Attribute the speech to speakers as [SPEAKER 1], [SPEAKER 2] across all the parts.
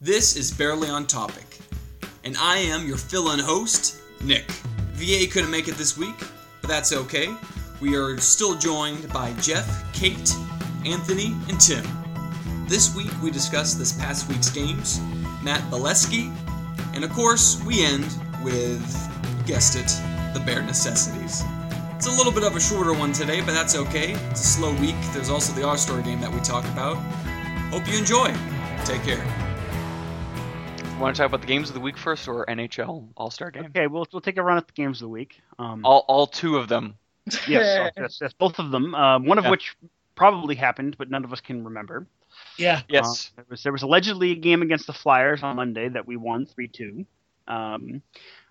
[SPEAKER 1] This is Barely on Topic, and I am your fill in host, Nick. VA couldn't make it this week, but that's okay. We are still joined by Jeff, Kate, Anthony, and Tim. This week we discuss this past week's games, Matt Bolesky, and of course we end with, you guessed it, the bare necessities. It's a little bit of a shorter one today, but that's okay. It's a slow week. There's also the R-Store game that we talk about. Hope you enjoy. Take care.
[SPEAKER 2] Want to talk about the games of the week first or NHL All Star game?
[SPEAKER 3] Okay, we'll we'll take a run at the games of the week. Um,
[SPEAKER 2] All, all two of them.
[SPEAKER 3] yes, yes, yes, both of them. Um, one of
[SPEAKER 2] Yeah.
[SPEAKER 3] which probably happened, but none of us can remember.
[SPEAKER 4] Yeah.
[SPEAKER 2] Yes.
[SPEAKER 3] Uh, there was there was allegedly a game against the Flyers on Monday that we won three two. Um,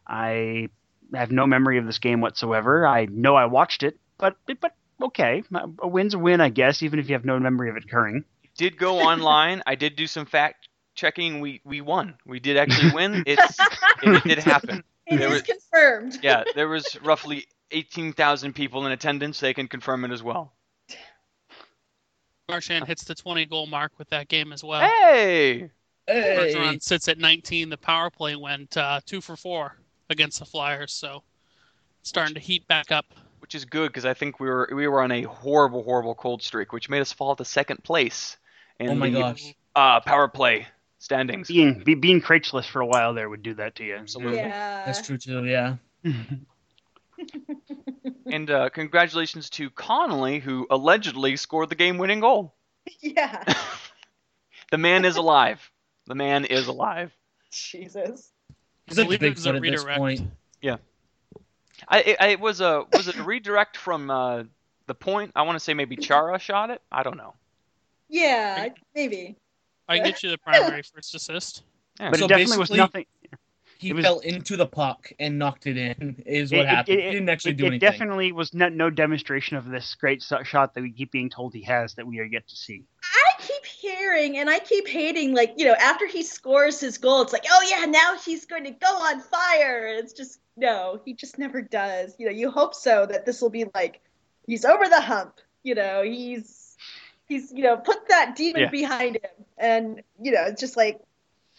[SPEAKER 3] I have no memory of this game whatsoever. I know I watched it, but but okay, a win's a win, I guess, even if you have no memory of it occurring.
[SPEAKER 2] Did go online. I did do some fact checking. We we won. We did actually win. It's, it, did happen.
[SPEAKER 5] It
[SPEAKER 2] There was-
[SPEAKER 5] is confirmed.
[SPEAKER 2] Yeah, there was roughly 18,000 people in attendance. They can confirm it as well.
[SPEAKER 4] Marchand hits the 20 goal mark with that game as well.
[SPEAKER 2] Hey!
[SPEAKER 4] Bergeron sits at 19. The power play went uh, two for four against the Flyers, so it's starting to heat back up.
[SPEAKER 2] Which is good because I think we were we were on a horrible horrible cold streak, which made us fall to second place in
[SPEAKER 4] Oh my
[SPEAKER 2] the
[SPEAKER 4] gosh.
[SPEAKER 2] uh, power play standings.
[SPEAKER 3] Being be, being Craigslist for a while there would do that to you.
[SPEAKER 4] Absolutely.
[SPEAKER 5] Yeah.
[SPEAKER 4] true too. Yeah.
[SPEAKER 2] And uh, congratulations to Connolly, who allegedly scored the game-winning goal.
[SPEAKER 5] Yeah.
[SPEAKER 2] The man is alive. The man is alive.
[SPEAKER 5] Jesus.
[SPEAKER 4] I believe it was a redirect.
[SPEAKER 2] I it, I- it was a was it a redirect from uh, the point. I want to say maybe Chara shot it. I don't know.
[SPEAKER 5] Yeah, maybe.
[SPEAKER 4] I can get you the primary first assist.
[SPEAKER 3] But
[SPEAKER 6] So
[SPEAKER 3] it definitely was
[SPEAKER 6] basically,
[SPEAKER 3] nothing.
[SPEAKER 6] He
[SPEAKER 3] It was-
[SPEAKER 6] fell into the puck and knocked it in. Is what
[SPEAKER 3] It- it-
[SPEAKER 6] happened.
[SPEAKER 3] it-
[SPEAKER 6] he didn't actually
[SPEAKER 3] it,
[SPEAKER 6] do
[SPEAKER 3] it
[SPEAKER 6] anything.
[SPEAKER 3] definitely was no, no demonstration of this great so- shot that we keep being told he has that we are yet to see.
[SPEAKER 5] I keep hearing and I keep hating, like, you know, after he scores his goal, it's like, oh yeah, now he's going to go on fire. And it's just, no, he just never does. You know, you hope so that this will be like, he's over the hump. You know, he's, he's, you know, put that demon
[SPEAKER 2] Yeah.
[SPEAKER 5] behind him. And, you know, it's just like,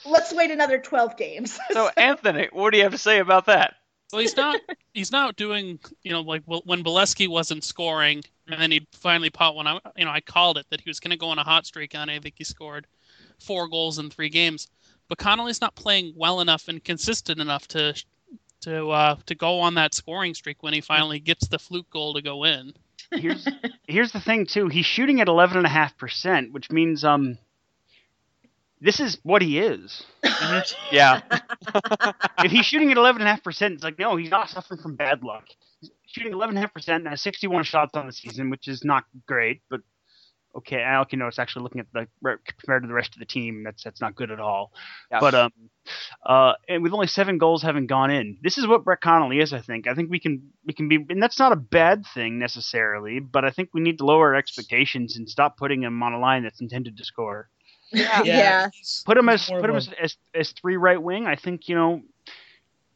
[SPEAKER 5] let's wait another 12 games.
[SPEAKER 2] So Anthony, what do you have to say about that?
[SPEAKER 4] Well, he's not. he's not doing. You know, like well, when Bolesky wasn't scoring, and then he finally popped one. I, you know, I called it that he was going to go on a hot streak, and I think he scored four goals in three games. But Connolly's not playing well enough and consistent enough to to uh, to go on that scoring streak when he finally gets the fluke goal to go in.
[SPEAKER 3] Here's here's the thing too. He's shooting at eleven and a half percent, which means um, this is what he is.
[SPEAKER 2] Yeah,
[SPEAKER 3] if he's shooting at eleven and a half percent, it's like no, he's not suffering from bad luck. He's shooting eleven and a half percent and has sixty-one shots on the season, which is not great, but okay. I can notice actually looking at the compared to the rest of the team, that's that's not good at all.
[SPEAKER 2] Yeah.
[SPEAKER 3] But um, uh, and with only seven goals having gone in, this is what Brett Connolly is. I think. I think we can we can be, and that's not a bad thing necessarily. But I think we need to lower our expectations and stop putting him on a line that's intended to score.
[SPEAKER 5] yeah.
[SPEAKER 6] He's-
[SPEAKER 3] Put him
[SPEAKER 6] he's
[SPEAKER 3] as
[SPEAKER 6] more
[SPEAKER 3] put him
[SPEAKER 6] of
[SPEAKER 3] as, as as three right wing. I think you know,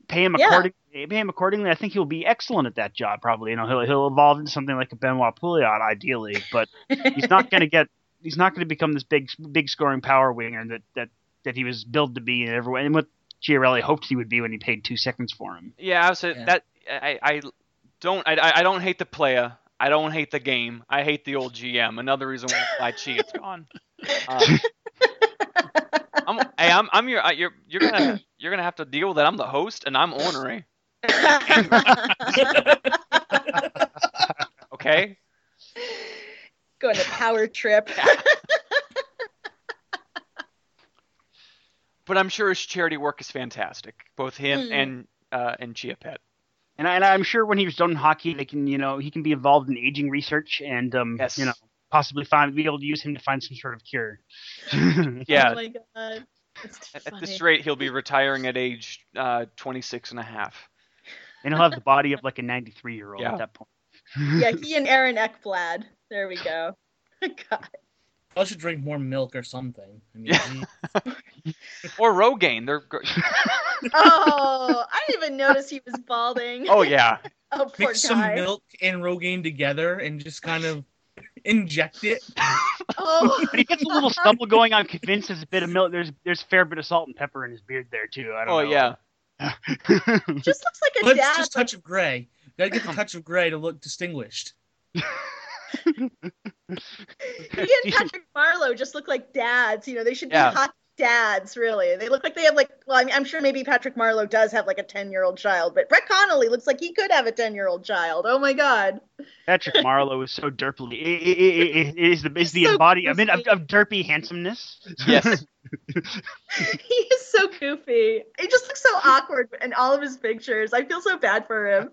[SPEAKER 3] pay him
[SPEAKER 5] Yeah.
[SPEAKER 3] accordingly. Pay him accordingly. I think he'll be excellent at that job. Probably you know he'll he'll evolve into something like a Benoit Pouliot ideally, but he's not going to get he's not going to become this big big scoring power winger that that that he was billed to be and everyone and what Chiarelli hoped he would be when he paid two seconds for him.
[SPEAKER 2] yeah. I was,
[SPEAKER 6] Yeah.
[SPEAKER 2] That I I don't I- I I don't hate the player. I don't hate the game. I hate the old GM. Another reason why my chi is gone. Uh, I'm, hey, I'm I'm your I- you're you're gonna you're gonna have to deal with that. I'm the host and I'm ornery. Okay.
[SPEAKER 5] Going to power trip.
[SPEAKER 2] but I'm sure his charity work is fantastic. Both him
[SPEAKER 5] Hmm.
[SPEAKER 2] and uh, and Chia Pet.
[SPEAKER 3] And, I, and I'm sure when he was done in hockey, they can you know he can be involved in aging research and um
[SPEAKER 2] Yes.
[SPEAKER 3] you know possibly find be able to use him to find some sort of cure.
[SPEAKER 2] Yeah,
[SPEAKER 5] Oh my god. It's too
[SPEAKER 2] at this
[SPEAKER 5] funny.
[SPEAKER 2] rate, he'll be retiring at age uh, 26 and a half.
[SPEAKER 3] and he'll have the body of like a 93 year old
[SPEAKER 2] Yeah.
[SPEAKER 3] at that point.
[SPEAKER 5] Yeah, he and Aaron Ekblad. There we go. God.
[SPEAKER 6] I should drink more milk or something. I mean,
[SPEAKER 2] Yeah.
[SPEAKER 6] he-
[SPEAKER 2] Or Rogaine. They're. gr-
[SPEAKER 5] Oh, I didn't even notice he was balding.
[SPEAKER 2] Oh yeah.
[SPEAKER 5] Oh, poor
[SPEAKER 6] mix some
[SPEAKER 5] guy.
[SPEAKER 6] milk and Rogaine together and just kind of inject it.
[SPEAKER 5] Oh,
[SPEAKER 3] But he gets a little stubble going. I'm convinced there's a bit of milk. There's there's a fair bit of salt and pepper in his beard there too. I don't
[SPEAKER 2] Oh
[SPEAKER 3] know.
[SPEAKER 2] yeah.
[SPEAKER 5] just looks like a
[SPEAKER 6] But it's
[SPEAKER 5] dad.
[SPEAKER 6] just touch of gray. Gotta get the touch of gray to look distinguished.
[SPEAKER 5] He and Patrick Marlowe just look like dads. You know, they should be
[SPEAKER 2] Yeah.
[SPEAKER 5] hot dads, really. They look like they have like. Well, I mean, I'm sure maybe Patrick Marlowe does have like a ten year old child, but Brett Connolly looks like he could have a ten year old child. Oh my god.
[SPEAKER 3] Patrick Marlowe is so derpily. It, it, it, it- it is the is the
[SPEAKER 5] So
[SPEAKER 3] embodiment of,
[SPEAKER 5] goofy.
[SPEAKER 3] of derpy handsomeness.
[SPEAKER 2] Yes.
[SPEAKER 5] he is so goofy. He just looks so awkward in all of his pictures. I feel so bad for him.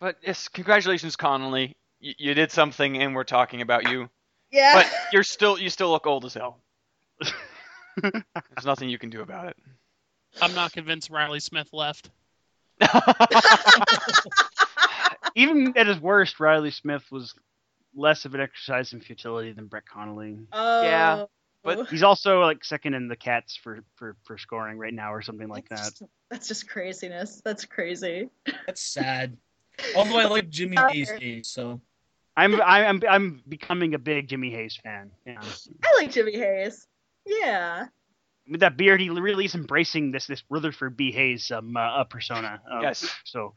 [SPEAKER 2] But yes, congratulations, Connolly. You, you did something, and we're talking about you.
[SPEAKER 5] Yeah.
[SPEAKER 2] But you're still you still look old as hell. There's nothing you can do about it.
[SPEAKER 4] I'm not convinced Riley Smith left.
[SPEAKER 3] Even at his worst, Riley Smith was less of an exercise in futility than Brett Connolly.
[SPEAKER 5] oh.
[SPEAKER 2] Yeah, but-
[SPEAKER 3] He's also like second in the cats for, for, for scoring right now or something like that.
[SPEAKER 5] That's just, that's just craziness. That's crazy.
[SPEAKER 6] That's sad. Although I like Jimmy these days, so
[SPEAKER 3] I'm I'm I'm becoming a big Jimmy Hayes fan. Yeah.
[SPEAKER 5] I like Jimmy Hayes. Yeah.
[SPEAKER 3] With that beard, he really is embracing this this Rutherford B Hayes um uh, uh, persona. Um,
[SPEAKER 2] Yes,
[SPEAKER 3] So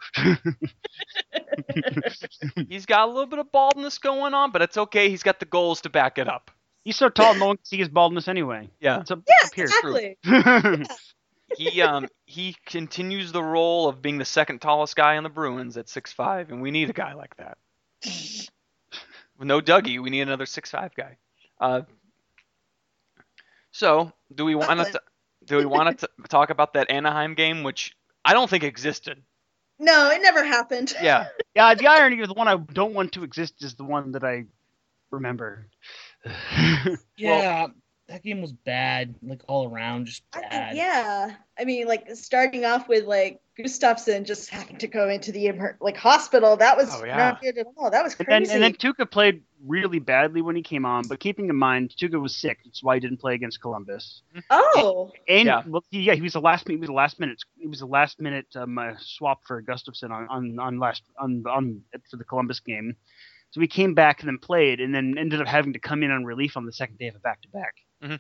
[SPEAKER 2] he's got a little bit of baldness going on, but it's okay. He's got the goals to back it up.
[SPEAKER 3] he's so tall, no one can see his baldness anyway.
[SPEAKER 2] Yeah.
[SPEAKER 3] It's up,
[SPEAKER 5] Yeah,
[SPEAKER 3] up here.
[SPEAKER 5] exactly.
[SPEAKER 2] He um he continues the role of being the second tallest guy on the Bruins at six five, and we need a guy like that. With no Dougie, we need another six five guy. Uh, so do we want to do we want to talk about that Anaheim game, which I don't think existed?
[SPEAKER 5] No, it never happened.
[SPEAKER 2] Yeah,
[SPEAKER 3] yeah, the irony of the one I don't want to exist is the one that I remember.
[SPEAKER 6] yeah, that game was bad, like all around, just
[SPEAKER 5] I think-
[SPEAKER 6] bad.
[SPEAKER 5] yeah. I mean, like starting off with like Gustafson just having to go into the emer- like hospital. That was
[SPEAKER 2] Oh, yeah.
[SPEAKER 5] not good at all. That was
[SPEAKER 3] And,
[SPEAKER 5] crazy.
[SPEAKER 3] and then Tuca played really badly when he came on, but keeping in mind Tuca was sick, that's why he didn't play against Columbus.
[SPEAKER 5] oh,
[SPEAKER 3] And
[SPEAKER 2] Yeah.
[SPEAKER 3] well, he- yeah, he was the last. He was the last minute. He was the last minute um, uh, swap for Gustafson on on, on last on, on for the Columbus game. So he came back and then played, and then ended up having to come in on relief on the second day of a back to back. Um,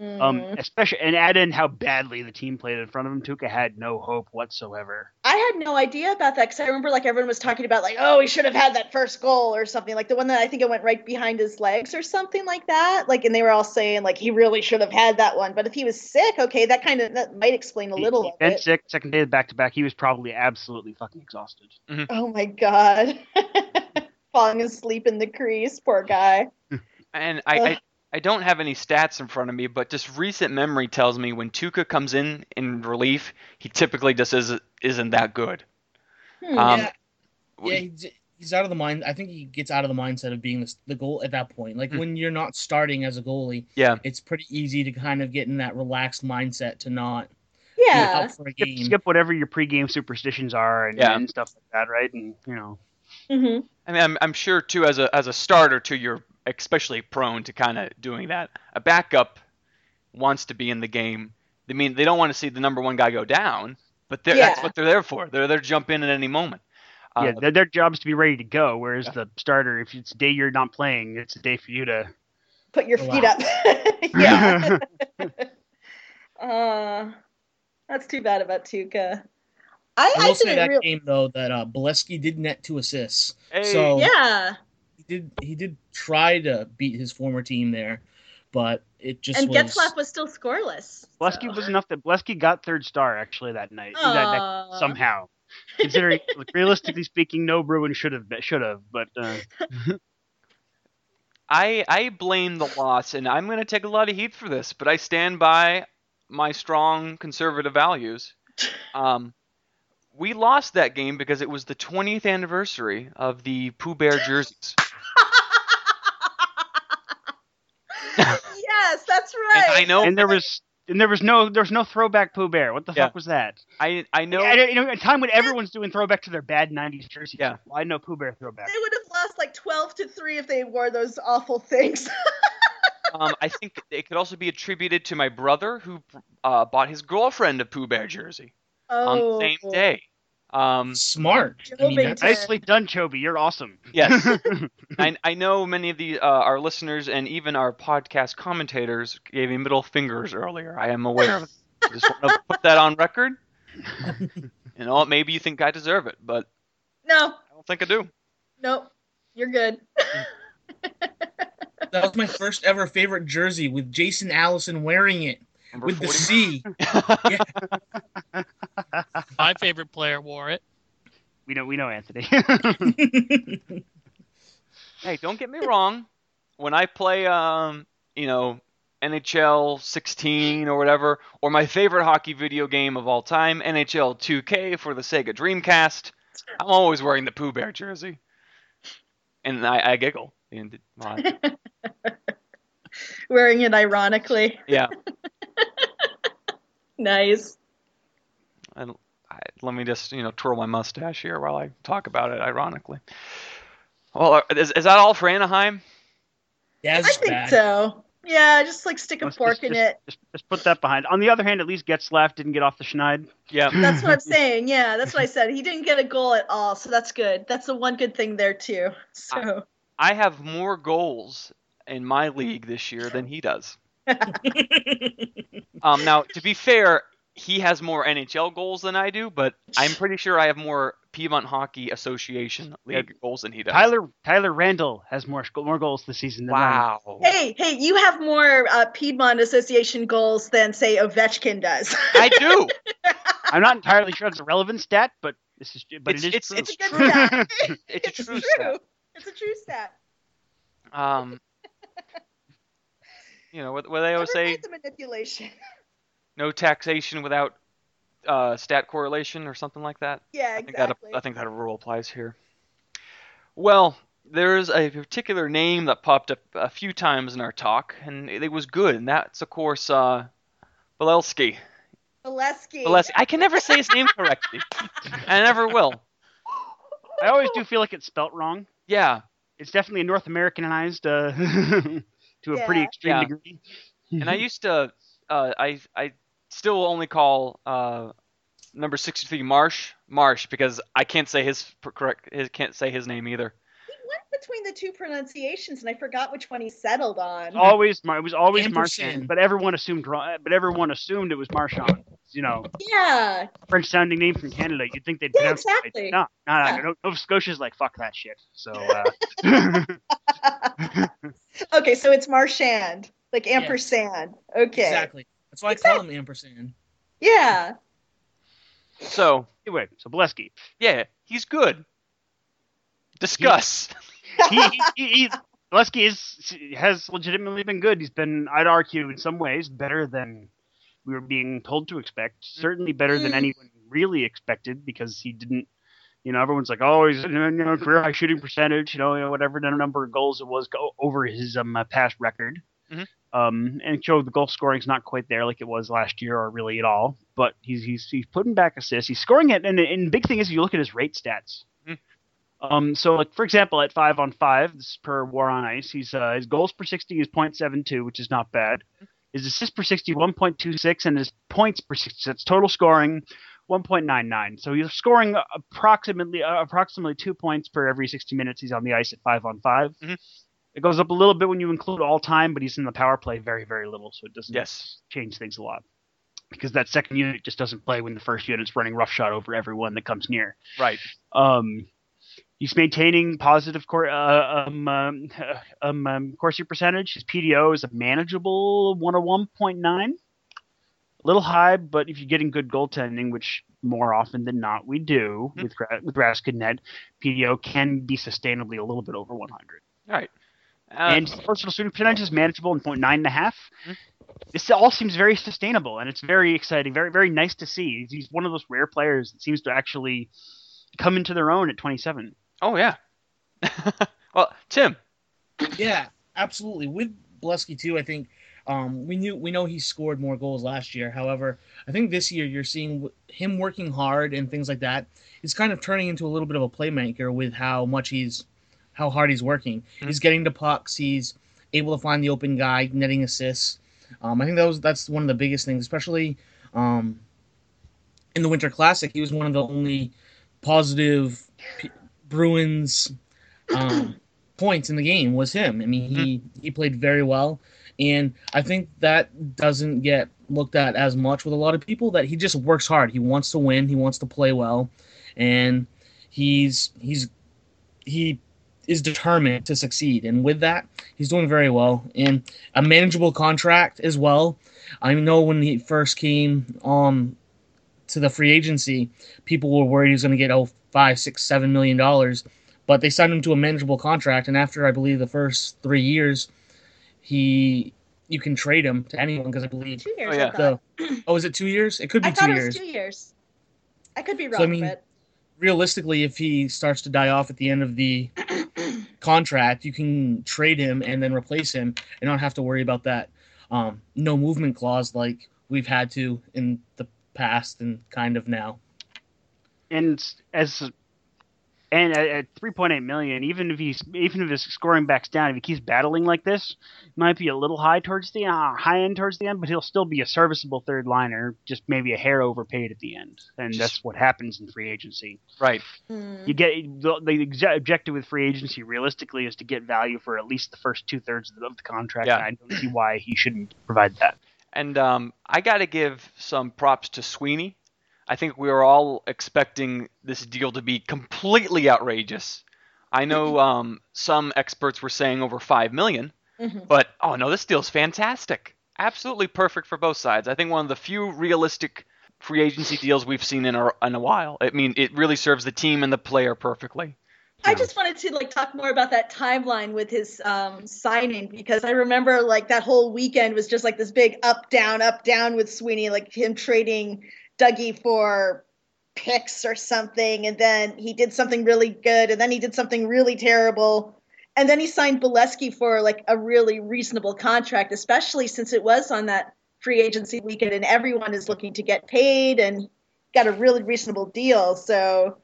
[SPEAKER 5] Mm.
[SPEAKER 3] especially and add in how badly the team played in front of him. Tuca had no hope whatsoever.
[SPEAKER 5] I had no idea about that because I remember like everyone was talking about like oh he should have had that first goal or something like the one that I think it went right behind his legs or something like that like and they were all saying like he really should have had that one but if he was sick okay that kind of that might explain a
[SPEAKER 3] He-
[SPEAKER 5] little
[SPEAKER 3] he
[SPEAKER 5] of
[SPEAKER 3] been
[SPEAKER 5] it
[SPEAKER 3] sick. Second day of back to back, he was probably absolutely fucking exhausted.
[SPEAKER 5] oh my god falling asleep in the crease poor guy
[SPEAKER 2] and I, I I don't have any stats in front of me, but just recent memory tells me when Tuca comes in in relief, he typically just is, isn't that good.
[SPEAKER 5] Hmm.
[SPEAKER 2] Um,
[SPEAKER 6] yeah, yeah he's, he's out of the mind. I think he gets out of the mindset of being the, the goal at that point. Like
[SPEAKER 2] Hmm.
[SPEAKER 6] when you're not starting as a goalie,
[SPEAKER 2] Yeah.
[SPEAKER 6] it's pretty easy to kind of get in that relaxed mindset to not be
[SPEAKER 5] yeah
[SPEAKER 6] up for a
[SPEAKER 3] Skip,
[SPEAKER 6] game.
[SPEAKER 3] skip whatever your pregame superstitions are and,
[SPEAKER 2] Yeah.
[SPEAKER 3] and stuff like that, right? And you know,
[SPEAKER 5] hmm
[SPEAKER 2] I mean, I'm, I'm sure too as a as a starter too, you're especially prone to kind of doing that. A backup wants to be in the game. I mean, they don't want to see the number one guy go down, but they're, that's
[SPEAKER 5] Yeah.
[SPEAKER 2] what they're there for. They're there to jump in at any moment. Uh,
[SPEAKER 3] yeah, their, their job is to be ready to go. Whereas
[SPEAKER 2] Yeah.
[SPEAKER 3] the starter, if it's a day you're not playing, it's a day for you to.
[SPEAKER 5] put your feet up yeah uh, that's too bad about Tuca I,
[SPEAKER 6] I will
[SPEAKER 5] I
[SPEAKER 6] say
[SPEAKER 5] didn't
[SPEAKER 6] that
[SPEAKER 5] really
[SPEAKER 6] game though that uh, Bolesky did net two assists.
[SPEAKER 2] Hey,
[SPEAKER 6] So
[SPEAKER 5] yeah
[SPEAKER 6] he did he did try to beat his former team there, but it just
[SPEAKER 5] and
[SPEAKER 6] was.
[SPEAKER 5] Getzlaff was still scoreless.
[SPEAKER 3] Blesky
[SPEAKER 5] so.
[SPEAKER 3] was enough that Blesky got third star actually that night. That, that-
[SPEAKER 5] Aw.
[SPEAKER 3] somehow, considering like, realistically speaking, no Bruin should have should have, but uh,
[SPEAKER 2] I I blame the loss, and I'm going to take a lot of heat for this, but I stand by my strong conservative values. Um, we lost that game because it was the 20th anniversary of the Pooh Bear jerseys.
[SPEAKER 5] yes, that's right.
[SPEAKER 2] And I know
[SPEAKER 3] and there was and there was no there was no throwback Pooh Bear. What the
[SPEAKER 2] Yeah.
[SPEAKER 3] fuck was that?
[SPEAKER 2] I I know
[SPEAKER 3] I, I- you know, at a time when everyone's doing throwback to their bad '90s jerseys.
[SPEAKER 2] Yeah.
[SPEAKER 3] why no Pooh Bear throwback?
[SPEAKER 5] They would have lost like 12 to 3 if they wore those awful things.
[SPEAKER 2] um, I think it could also be attributed to my brother who uh, bought his girlfriend a Pooh Bear jersey
[SPEAKER 5] oh.
[SPEAKER 2] on the same day. Um,
[SPEAKER 6] Smart. I mean, that's,
[SPEAKER 5] Jobington.
[SPEAKER 3] Nicely done, Chobi. You're awesome.
[SPEAKER 2] yes, I, I know many of the uh, our listeners and even our podcast commentators gave me middle fingers earlier. I am aware of. It. I just want to put that on record. You know, maybe you think I deserve it, but
[SPEAKER 5] No,
[SPEAKER 2] I don't think I do.
[SPEAKER 5] nope. You're good.
[SPEAKER 6] that was my first ever favorite jersey with Jason Allison wearing it
[SPEAKER 2] Number
[SPEAKER 6] with the
[SPEAKER 2] 40.
[SPEAKER 6] C.
[SPEAKER 4] My favorite player wore it.
[SPEAKER 3] We know, we know, Anthony.
[SPEAKER 2] Hey, don't get me wrong. When I play, um, you know, NHL 16 or whatever, or my favorite hockey video game of all time, NHL 2K for the Sega Dreamcast, I'm always wearing the Pooh Bear jersey, and I, I giggle. And uh, my-
[SPEAKER 5] Wearing it ironically.
[SPEAKER 2] yeah,
[SPEAKER 5] Nice.
[SPEAKER 2] I, let me just you know twirl my mustache here while I talk about it. Ironically, well, is, is that all for Anaheim?
[SPEAKER 6] That's
[SPEAKER 5] I think
[SPEAKER 6] bad.
[SPEAKER 5] so. Yeah, just like stick a
[SPEAKER 3] Let's
[SPEAKER 5] fork
[SPEAKER 3] just-
[SPEAKER 5] in it.
[SPEAKER 3] just, just put that behind. On the other hand, at least gets left didn't get off the schneid.
[SPEAKER 2] Yeah.
[SPEAKER 5] That's what I'm saying. Yeah, that's what I said. He didn't get a goal at all, so that's good. That's the one good thing there too. So
[SPEAKER 2] I have more goals in my league this year than he does. um, now, to be fair, he has more NHL goals than I do, but I'm pretty sure I have more Piedmont Hockey Association league goals than he does.
[SPEAKER 3] Tyler Tyler Randall has more sc- more goals this season than mine.
[SPEAKER 2] wow.
[SPEAKER 5] hey, hey, you have more uh, Piedmont Association goals than say Ovechkin does.
[SPEAKER 2] I do.
[SPEAKER 3] I'm not entirely sure it's a relevant stat, but this is but
[SPEAKER 2] It's-
[SPEAKER 3] it is
[SPEAKER 2] it's-
[SPEAKER 3] true.
[SPEAKER 2] it's
[SPEAKER 5] a good stat.
[SPEAKER 2] It's a
[SPEAKER 5] It's
[SPEAKER 2] true
[SPEAKER 5] true.
[SPEAKER 2] stat.
[SPEAKER 5] It's a true stat.
[SPEAKER 2] Um, you know what, what they always say:
[SPEAKER 5] Never mind the manipulation.
[SPEAKER 2] no taxation without uh, stat correlation, or something like that.
[SPEAKER 5] Yeah,
[SPEAKER 2] I think that
[SPEAKER 5] exactly.
[SPEAKER 2] I think that rule applies here. Well, there's a particular name that popped up a few times in our talk, and it, it was good, and that's of course uh, Belelsky.
[SPEAKER 5] Valesky.
[SPEAKER 2] Belesky. I can never say his name correctly. I never will.
[SPEAKER 3] I always do feel like it's spelt wrong.
[SPEAKER 2] Yeah,
[SPEAKER 3] It's definitely North Americanized uh, to a pretty
[SPEAKER 5] Yeah.
[SPEAKER 3] extreme
[SPEAKER 2] Yeah.
[SPEAKER 3] degree.
[SPEAKER 2] and I used to. Uh, I I still only call uh, number sixty-three Marsh Marsh because I can't say his pr- correct. His, can't say his name either.
[SPEAKER 5] He went between the two pronunciations, and I forgot which one he settled
[SPEAKER 2] Oh.
[SPEAKER 5] on.
[SPEAKER 3] It's always Mar- it was always Marchand,
[SPEAKER 6] Ampersand.
[SPEAKER 3] but everyone assumed wrong, but everyone assumed it was Marchand. You know,
[SPEAKER 5] Yeah,
[SPEAKER 3] French sounding name from Canada. You'd think they'd
[SPEAKER 5] Yeah,
[SPEAKER 3] pronounce
[SPEAKER 5] exactly.
[SPEAKER 3] it right. No, no, no,
[SPEAKER 5] Yeah.
[SPEAKER 3] no. Nova Scotia's like fuck that shit. So uh,
[SPEAKER 5] okay, so it's Marchand, like
[SPEAKER 6] Yes.
[SPEAKER 5] ampersand. Okay.
[SPEAKER 6] Exactly. That's why I call him ampersand.
[SPEAKER 5] Yeah.
[SPEAKER 2] So
[SPEAKER 3] anyway, so Bolesky.
[SPEAKER 2] yeah, he's good. Discuss.
[SPEAKER 3] he, he, he, he Lesky is has legitimately been good. He's been, I'd argue, in some ways better than we were being told to expect. Certainly better than
[SPEAKER 5] Mm.
[SPEAKER 3] anyone really expected because he didn't. You know, everyone's like, oh, he's you know career high shooting percentage, you know, you know, whatever the number of goals it was go over his um, uh, past record.
[SPEAKER 2] Mhm.
[SPEAKER 3] Um, and Joe, the goal scoring's not quite there like it was last year or really at all. But he's he's, he's putting back assists. He's scoring it, and and big thing is if you look at his rate stats. Um, so like for example, at five on five, this is per War on Ice, he's uh, his goals per sixty is .72, which is not bad. His assists per sixty one point two six, and his points per sixty. That's total scoring. 1.99. So he's scoring approximately uh, approximately two points per every 60 minutes he's on the ice at five on 5
[SPEAKER 2] Mhm.
[SPEAKER 3] It goes up a little bit when you include all time, but he's in the power play very very little, so it doesn't
[SPEAKER 2] Yes.
[SPEAKER 3] change things a lot because that second unit just doesn't play when the first unit's running roughshod over everyone that comes near.
[SPEAKER 2] Right.
[SPEAKER 3] Um, he's maintaining positive cor- uh, um, um, um, um, Corsi percentage. His PDO is a manageable 101.9. A little high, but if you're getting good goaltending, which more often than not we do
[SPEAKER 2] Hmm.
[SPEAKER 3] with Gra- with Raskin Ned, PDO can be sustainably a little bit over 100.
[SPEAKER 2] All right. Uh,
[SPEAKER 3] and his personal shooting percentage is manageable in 0.9.5.
[SPEAKER 2] Hmm.
[SPEAKER 3] This all seems very sustainable, and it's very exciting, very very nice to see. He's- He's one of those rare players that seems to actually come into their own at 27.
[SPEAKER 2] oh yeah. well, Tim.
[SPEAKER 6] Yeah, absolutely. With Blesky too, I think um, we knew we know he scored more goals last year. However, I think this year you're seeing w- him working hard and things like that. He's kind of turning into a little bit of a playmaker with how much he's, how hard he's working.
[SPEAKER 2] Mhm.
[SPEAKER 6] He's getting to pucks. He's able to find the open guy, netting assists. Um, I think that was that's one of the biggest things, especially um, in the Winter Classic. He was one of the only positive P- Bruins um, points in the game was him. I mean, he he played very well, and I think that doesn't get looked at as much with a lot of people. That he just works hard. He wants to win. He wants to play well, and he's he's he is determined to succeed. And with that, he's doing very well and a manageable contract as well. I know when he first came um to the free agency, people were worried he was going to get oh five, six, seven million dollars, but they signed him to a manageable contract. And after I believe the first three years, he you can trade him to anyone because I believe
[SPEAKER 5] Two years.
[SPEAKER 2] Oh, yeah.
[SPEAKER 5] I thought,
[SPEAKER 6] the oh is it two years? It could be
[SPEAKER 5] I thought
[SPEAKER 6] two
[SPEAKER 5] it was
[SPEAKER 6] years.
[SPEAKER 5] two years. I could be
[SPEAKER 6] So, I
[SPEAKER 5] wrong,
[SPEAKER 6] mean,
[SPEAKER 5] but
[SPEAKER 6] Realistically, if he starts to die off at the end of the contract, you can trade him and then replace him and not have to worry about that um, no movement clause like we've had to in the past and kind of now.
[SPEAKER 3] and as and at, at 3.8 million, even if he's even if his scoring backs down, if he keeps battling like this, might be a little high towards the uh, high end towards the end, but he'll still be a serviceable third liner, just maybe a hair overpaid at the end, and that's what happens in free agency.
[SPEAKER 2] Right.
[SPEAKER 5] hmm.
[SPEAKER 3] You get the, the exa- objective with free agency realistically is to get value for at least the first two thirds of the- of the contract.
[SPEAKER 2] Yeah.
[SPEAKER 3] and I don't see why he shouldn't provide that.
[SPEAKER 2] And um, I got to give some props to Sweeney. I think we were all expecting this deal to be completely outrageous. I know
[SPEAKER 3] Mm-hmm.
[SPEAKER 2] um, some experts were saying over five million,
[SPEAKER 5] Mhm.
[SPEAKER 2] but oh no, this deal's fantastic. Absolutely perfect for both sides. I think one of the few realistic free agency deals we've seen in a, in a while. I mean, it really serves the team and the player perfectly.
[SPEAKER 5] I just wanted to like talk more about that timeline with his um, signing because I remember like that whole weekend was just like this big up down up down with Sweeney, like him trading Dougie for picks or something, and then he did something really good, and then he did something really terrible, and then he signed Bolesky for like a really reasonable contract, especially since it was on that free agency weekend and everyone is looking to get paid and got a really reasonable deal, so.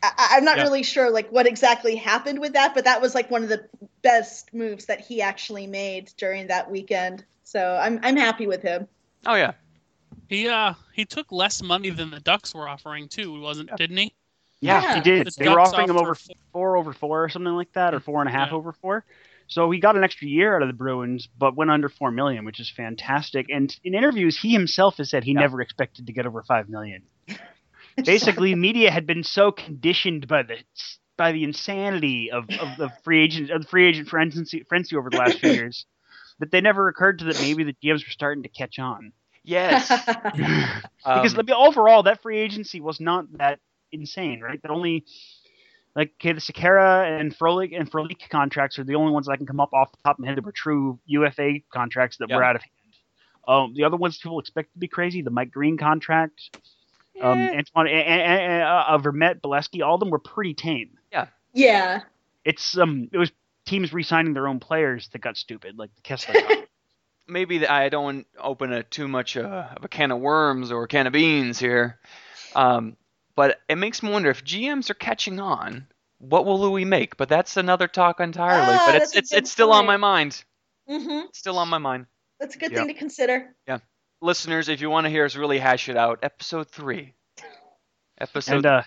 [SPEAKER 5] I- I, I'm not
[SPEAKER 2] Yeah.
[SPEAKER 5] really sure like what exactly happened with that, but that was like one of the best moves that he actually made during that weekend. So I'm I'm happy with him.
[SPEAKER 2] Oh yeah,
[SPEAKER 4] He uh he took less money than the Ducks were offering too, wasn't didn't he?
[SPEAKER 3] Yeah,
[SPEAKER 5] Yeah.
[SPEAKER 3] he did.
[SPEAKER 4] The
[SPEAKER 3] they were
[SPEAKER 4] Ducks
[SPEAKER 3] offering him
[SPEAKER 4] offered
[SPEAKER 3] over
[SPEAKER 4] four-
[SPEAKER 3] four. over four or something like that, or four and a half
[SPEAKER 4] Yeah.
[SPEAKER 3] over four. So he got an extra year out of the Bruins, but went under four million, which is fantastic. And in interviews, he himself has said he
[SPEAKER 2] Yeah.
[SPEAKER 3] never expected to get over five million. Basically, media had been so conditioned by the by the insanity of, of the free agent of the free agent frenzy, frenzy over the last few years that they never occurred to that maybe the GMs were starting to catch on.
[SPEAKER 2] yes. Um,
[SPEAKER 3] Because let me overall, that free agency was not that insane, right? That only like okay, the Sakara and Frolik and Frolik contracts are the only ones that I can come up off the top of my head that were true UFA contracts that were
[SPEAKER 2] Yeah.
[SPEAKER 3] out of hand. Um, the other ones people expect to be crazy, the Mike Green contract, um, Antoine, a, a, a, uh, Vermette, Bolesky, all of them were pretty tame.
[SPEAKER 5] yeah.
[SPEAKER 3] It's um, it was teams re-signing their own players that got stupid, like the Kessler. contract.
[SPEAKER 2] maybe that I don't open a too much uh, of a can of worms or a can of beans here, um, but it makes me wonder if GMs are catching on. What will Louis make? But that's another talk entirely.
[SPEAKER 5] Ah,
[SPEAKER 2] but it's
[SPEAKER 5] that's a
[SPEAKER 2] it's
[SPEAKER 5] good
[SPEAKER 2] it's still on
[SPEAKER 5] point.
[SPEAKER 2] my mind.
[SPEAKER 5] hmm
[SPEAKER 2] It's still on my mind.
[SPEAKER 5] That's a good
[SPEAKER 3] Yeah.
[SPEAKER 5] thing to consider.
[SPEAKER 2] Listeners, if you want to hear us really hash it out, episode three. Episode.
[SPEAKER 3] and uh,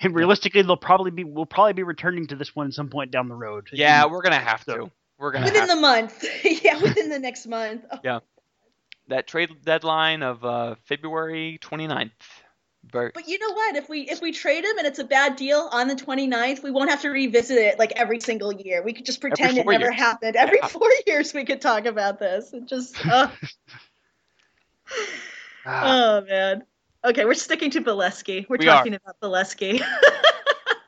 [SPEAKER 3] and realistically, they'll probably be we'll probably be returning to this one at some point down the road.
[SPEAKER 2] yeah, we're gonna have
[SPEAKER 3] so-
[SPEAKER 2] to. We're gonna
[SPEAKER 5] Within
[SPEAKER 2] have
[SPEAKER 5] the month. yeah, within the next month. Oh,
[SPEAKER 2] that trade deadline of uh, February 29th. Very,
[SPEAKER 5] But you know what? If we if we trade him and it's a bad deal on the 29th, we won't have to revisit it like every single year. We could just pretend it
[SPEAKER 2] four
[SPEAKER 5] never
[SPEAKER 2] years.
[SPEAKER 5] happened. Every
[SPEAKER 2] Yeah.
[SPEAKER 5] four years we could talk about this. It just uh,
[SPEAKER 2] ah,
[SPEAKER 5] Oh man. Okay, we're sticking to Bolesky. We're
[SPEAKER 2] We are.
[SPEAKER 5] talking about Bolesky.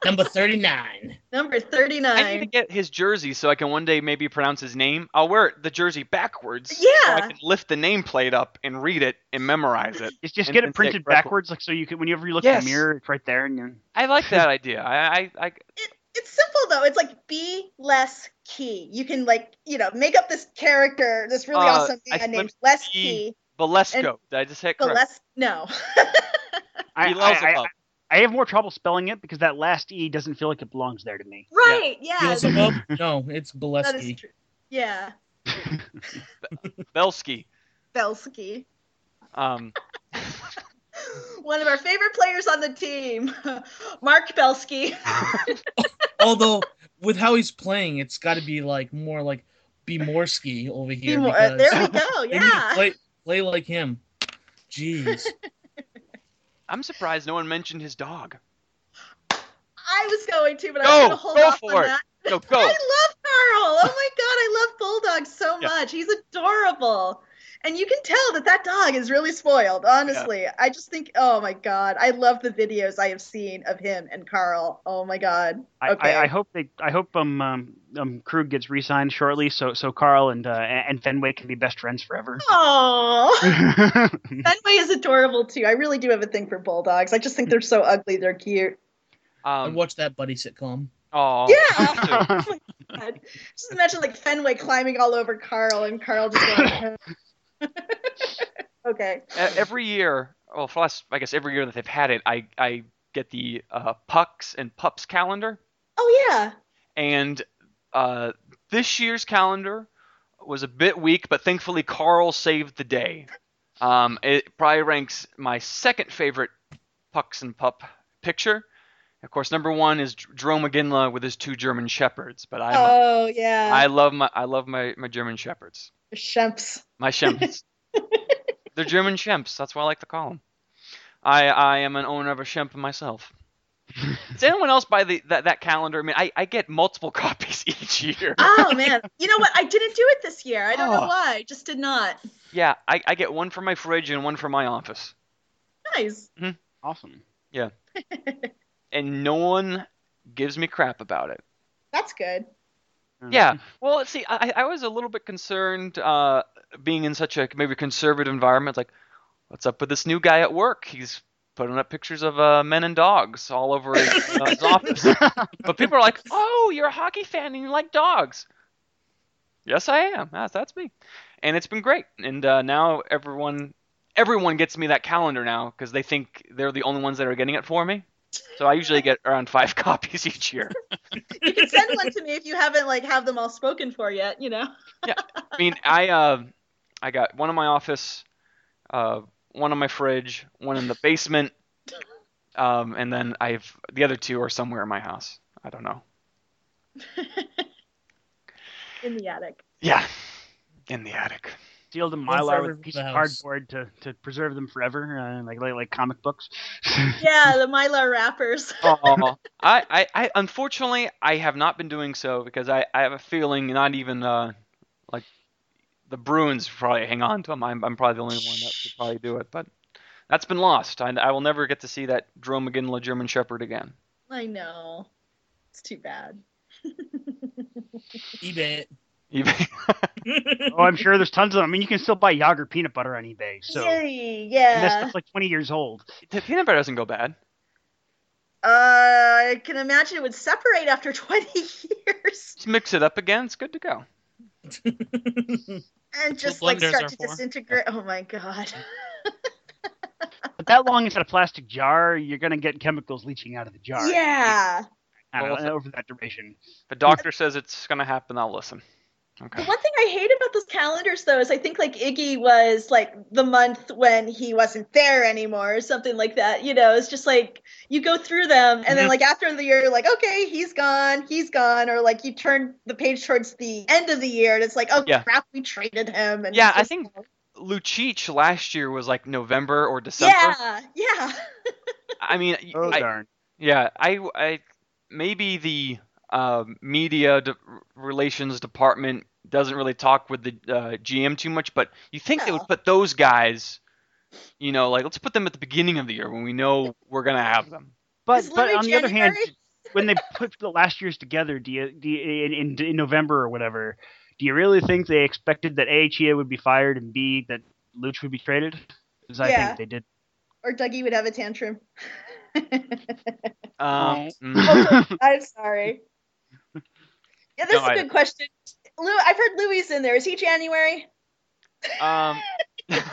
[SPEAKER 6] Number 39.
[SPEAKER 5] Number
[SPEAKER 2] I need to
[SPEAKER 5] 39.
[SPEAKER 2] get his jersey so I can one day maybe pronounce his name. I'll wear it- the jersey backwards. So I
[SPEAKER 5] Yeah.
[SPEAKER 2] can lift the nameplate up and read it and memorize it.
[SPEAKER 3] Just just
[SPEAKER 2] and-
[SPEAKER 3] get
[SPEAKER 2] and
[SPEAKER 3] it
[SPEAKER 2] take
[SPEAKER 3] printed
[SPEAKER 2] record.
[SPEAKER 3] backwards, like so you can whenever you look
[SPEAKER 2] Yes.
[SPEAKER 3] in the mirror, it's right there. And you
[SPEAKER 2] I like that idea. I, I, I
[SPEAKER 5] It, it's simple though. It's like be less key. You can like, you know, make up this character, this really
[SPEAKER 2] Uh,
[SPEAKER 5] awesome
[SPEAKER 2] I
[SPEAKER 5] man named
[SPEAKER 2] flipped
[SPEAKER 5] Les
[SPEAKER 2] the-
[SPEAKER 5] Key.
[SPEAKER 2] Valesco. Did I just say it
[SPEAKER 5] But
[SPEAKER 2] correct?
[SPEAKER 5] Les no.
[SPEAKER 3] I,
[SPEAKER 2] He
[SPEAKER 3] I,
[SPEAKER 2] loves
[SPEAKER 3] I,
[SPEAKER 2] above.
[SPEAKER 3] I have more trouble spelling it because that last e doesn't feel like it belongs there to me.
[SPEAKER 5] right, yeah.
[SPEAKER 6] Feels above? No, it's
[SPEAKER 5] that is
[SPEAKER 6] Bolesky.
[SPEAKER 5] true. Yeah.
[SPEAKER 2] Belsky.
[SPEAKER 5] Belsky.
[SPEAKER 2] Um,
[SPEAKER 5] One of our favorite players on the team, Mark Belsky.
[SPEAKER 6] Although with how he's playing, it's got to be like more like Bemorski over here.
[SPEAKER 5] Seymour. Uh, there we
[SPEAKER 6] because
[SPEAKER 5] go.
[SPEAKER 6] they need to
[SPEAKER 5] Yeah.
[SPEAKER 6] play, play like him. Jeez.
[SPEAKER 2] I'm surprised no one mentioned his dog.
[SPEAKER 5] I was going to, but
[SPEAKER 2] Go,
[SPEAKER 5] I'm going to hold
[SPEAKER 2] go
[SPEAKER 5] off
[SPEAKER 2] for
[SPEAKER 5] on
[SPEAKER 2] it.
[SPEAKER 5] that.
[SPEAKER 2] No, go.
[SPEAKER 5] I love Carl. Oh my god, I love Bulldog so
[SPEAKER 2] Yeah.
[SPEAKER 5] much. He's adorable. And you can tell that that dog is really spoiled, honestly. I just think, oh my god, I love the videos I have seen of him and Carl. Oh my god.
[SPEAKER 3] I,
[SPEAKER 5] Okay.
[SPEAKER 3] I, I hope they. I hope um um, um Krug gets re-signed shortly, so so Carl and uh, and Fenway can be best friends forever.
[SPEAKER 5] Oh,
[SPEAKER 3] yeah,
[SPEAKER 5] Fenway is adorable too. I really do have a thing for bulldogs. I just think they're so ugly, they're cute.
[SPEAKER 6] I
[SPEAKER 2] Um,
[SPEAKER 6] watched that buddy sitcom.
[SPEAKER 2] aw.
[SPEAKER 5] Yeah. God. Just imagine like Fenway climbing all over Carl and Carl just going, okay.
[SPEAKER 2] E- every year, well, for last, I guess every year that they've had it, I I get the uh, pucks and pups calendar,
[SPEAKER 5] Oh yeah.
[SPEAKER 2] and uh, this year's calendar was a bit weak, but thankfully Carl saved the day. Um, it probably ranks my second favorite pucks and pup picture. Of course, number one is J- Jerome McGinley with his two German shepherds, but I
[SPEAKER 5] Oh yeah.
[SPEAKER 2] I love my I love my, my German shepherds,
[SPEAKER 5] Shemps.
[SPEAKER 2] my shemps. They're German shemps. That's why I like to call them. I I am an owner of a shemp myself. Does anyone else buy the that, that calendar? I mean, I, I get multiple copies each year.
[SPEAKER 5] oh man you know what i didn't do it this year i don't know
[SPEAKER 2] Oh.
[SPEAKER 5] why I just did not
[SPEAKER 2] Yeah, I, I get one for my fridge and one for my office.
[SPEAKER 5] nice
[SPEAKER 3] awesome.
[SPEAKER 2] And no one gives me crap about it.
[SPEAKER 5] that's good
[SPEAKER 3] Uh,
[SPEAKER 2] Yeah. Well, let's see, I, I was a little bit concerned uh, being in such a maybe conservative environment. Like, what's up with this new guy at work? He's putting up pictures of uh, men and dogs all over his, uh, his office. But people are like, oh, you're a hockey fan and you like dogs. Yes, I am. That's, that's me. And it's been great. And uh, now everyone everyone gets me that calendar now because they think they're the only ones that are getting it for me. So I usually get around five copies each year.
[SPEAKER 5] you can send one to me if you haven't like have them all spoken for yet you know
[SPEAKER 2] I mean, I uh, I got one in my office, uh, one on my fridge, one in the basement, um, and then I've the other two are somewhere in my house. I don't know.
[SPEAKER 5] in the attic
[SPEAKER 2] Yeah, in the attic.
[SPEAKER 3] Sealed in
[SPEAKER 6] One
[SPEAKER 3] mylar
[SPEAKER 6] forever
[SPEAKER 3] with a
[SPEAKER 6] for
[SPEAKER 3] piece
[SPEAKER 6] the
[SPEAKER 3] of
[SPEAKER 6] house.
[SPEAKER 3] cardboard to, to preserve them forever, uh, like, like like comic books.
[SPEAKER 5] yeah the mylar wrappers
[SPEAKER 2] Aw. I, I, I unfortunately I have not been doing so because I, I have a feeling not even uh, like the Bruins probably hang on to them. I'm, I'm probably the only one that could probably do it, but that's been lost. I, I will never get to see that Jerome McGinley German Shepherd again.
[SPEAKER 5] i know it's too bad
[SPEAKER 6] eBay.
[SPEAKER 2] Even-
[SPEAKER 3] oh, I'm sure there's tons of them. I mean, you can still buy Yager peanut butter on eBay. So
[SPEAKER 5] Yay,
[SPEAKER 3] and that
[SPEAKER 5] yeah
[SPEAKER 3] stuff's like 20 years old.
[SPEAKER 2] The peanut butter doesn't go bad.
[SPEAKER 5] uh, i can imagine it would separate after 20 years
[SPEAKER 2] Just mix it up again. It's good to go.
[SPEAKER 5] and
[SPEAKER 4] what
[SPEAKER 5] just like
[SPEAKER 4] blenders
[SPEAKER 5] start
[SPEAKER 4] are
[SPEAKER 5] to
[SPEAKER 4] for.
[SPEAKER 5] disintegrate oh my god
[SPEAKER 3] But that long inside a plastic jar, you're gonna get chemicals leaching out of the jar.
[SPEAKER 5] yeah
[SPEAKER 3] I don't
[SPEAKER 2] Well,
[SPEAKER 3] know, over that duration.
[SPEAKER 2] If a doctor says it's going to happen, I'll listen.
[SPEAKER 5] The
[SPEAKER 2] Okay.
[SPEAKER 5] one thing I hate about those calendars, though, is I think like Iggy was like the month when he wasn't there anymore or something like that. You know, it's just like you go through them and then
[SPEAKER 2] Mhm.
[SPEAKER 5] like after the year, you're like, okay, he's gone, he's gone, or like you turn the page towards the end of the year and it's like, oh
[SPEAKER 2] Yeah.
[SPEAKER 5] crap, we traded him. And
[SPEAKER 2] Yeah,
[SPEAKER 5] it's
[SPEAKER 2] I
[SPEAKER 5] just-
[SPEAKER 2] think Lucic last year was like November or December.
[SPEAKER 5] Yeah, yeah.
[SPEAKER 2] I mean,
[SPEAKER 3] Oh
[SPEAKER 2] I,
[SPEAKER 3] darn!
[SPEAKER 2] yeah, I, I maybe the uh, media de- relations department doesn't really talk with the uh, GM too much, but you think they
[SPEAKER 5] No.
[SPEAKER 2] would put those guys, you know, like let's put them at the beginning of the year when we know we're going to have them.
[SPEAKER 3] But
[SPEAKER 5] Is
[SPEAKER 3] but
[SPEAKER 5] Larry
[SPEAKER 3] on the other hand,
[SPEAKER 5] January?
[SPEAKER 3] when they put the last years together, do you, do you, in, in in November or whatever, do you really think they expected that A Chia would be fired and B that Luch would be traded? Because I
[SPEAKER 5] Yeah.
[SPEAKER 3] think they did.
[SPEAKER 5] Or Dougie would have a tantrum.
[SPEAKER 2] Um,
[SPEAKER 5] I'm sorry. Yeah, this
[SPEAKER 2] No,
[SPEAKER 5] is a
[SPEAKER 2] I-
[SPEAKER 5] good question. Lou, I've heard Louis in there. Is he January?
[SPEAKER 2] Um,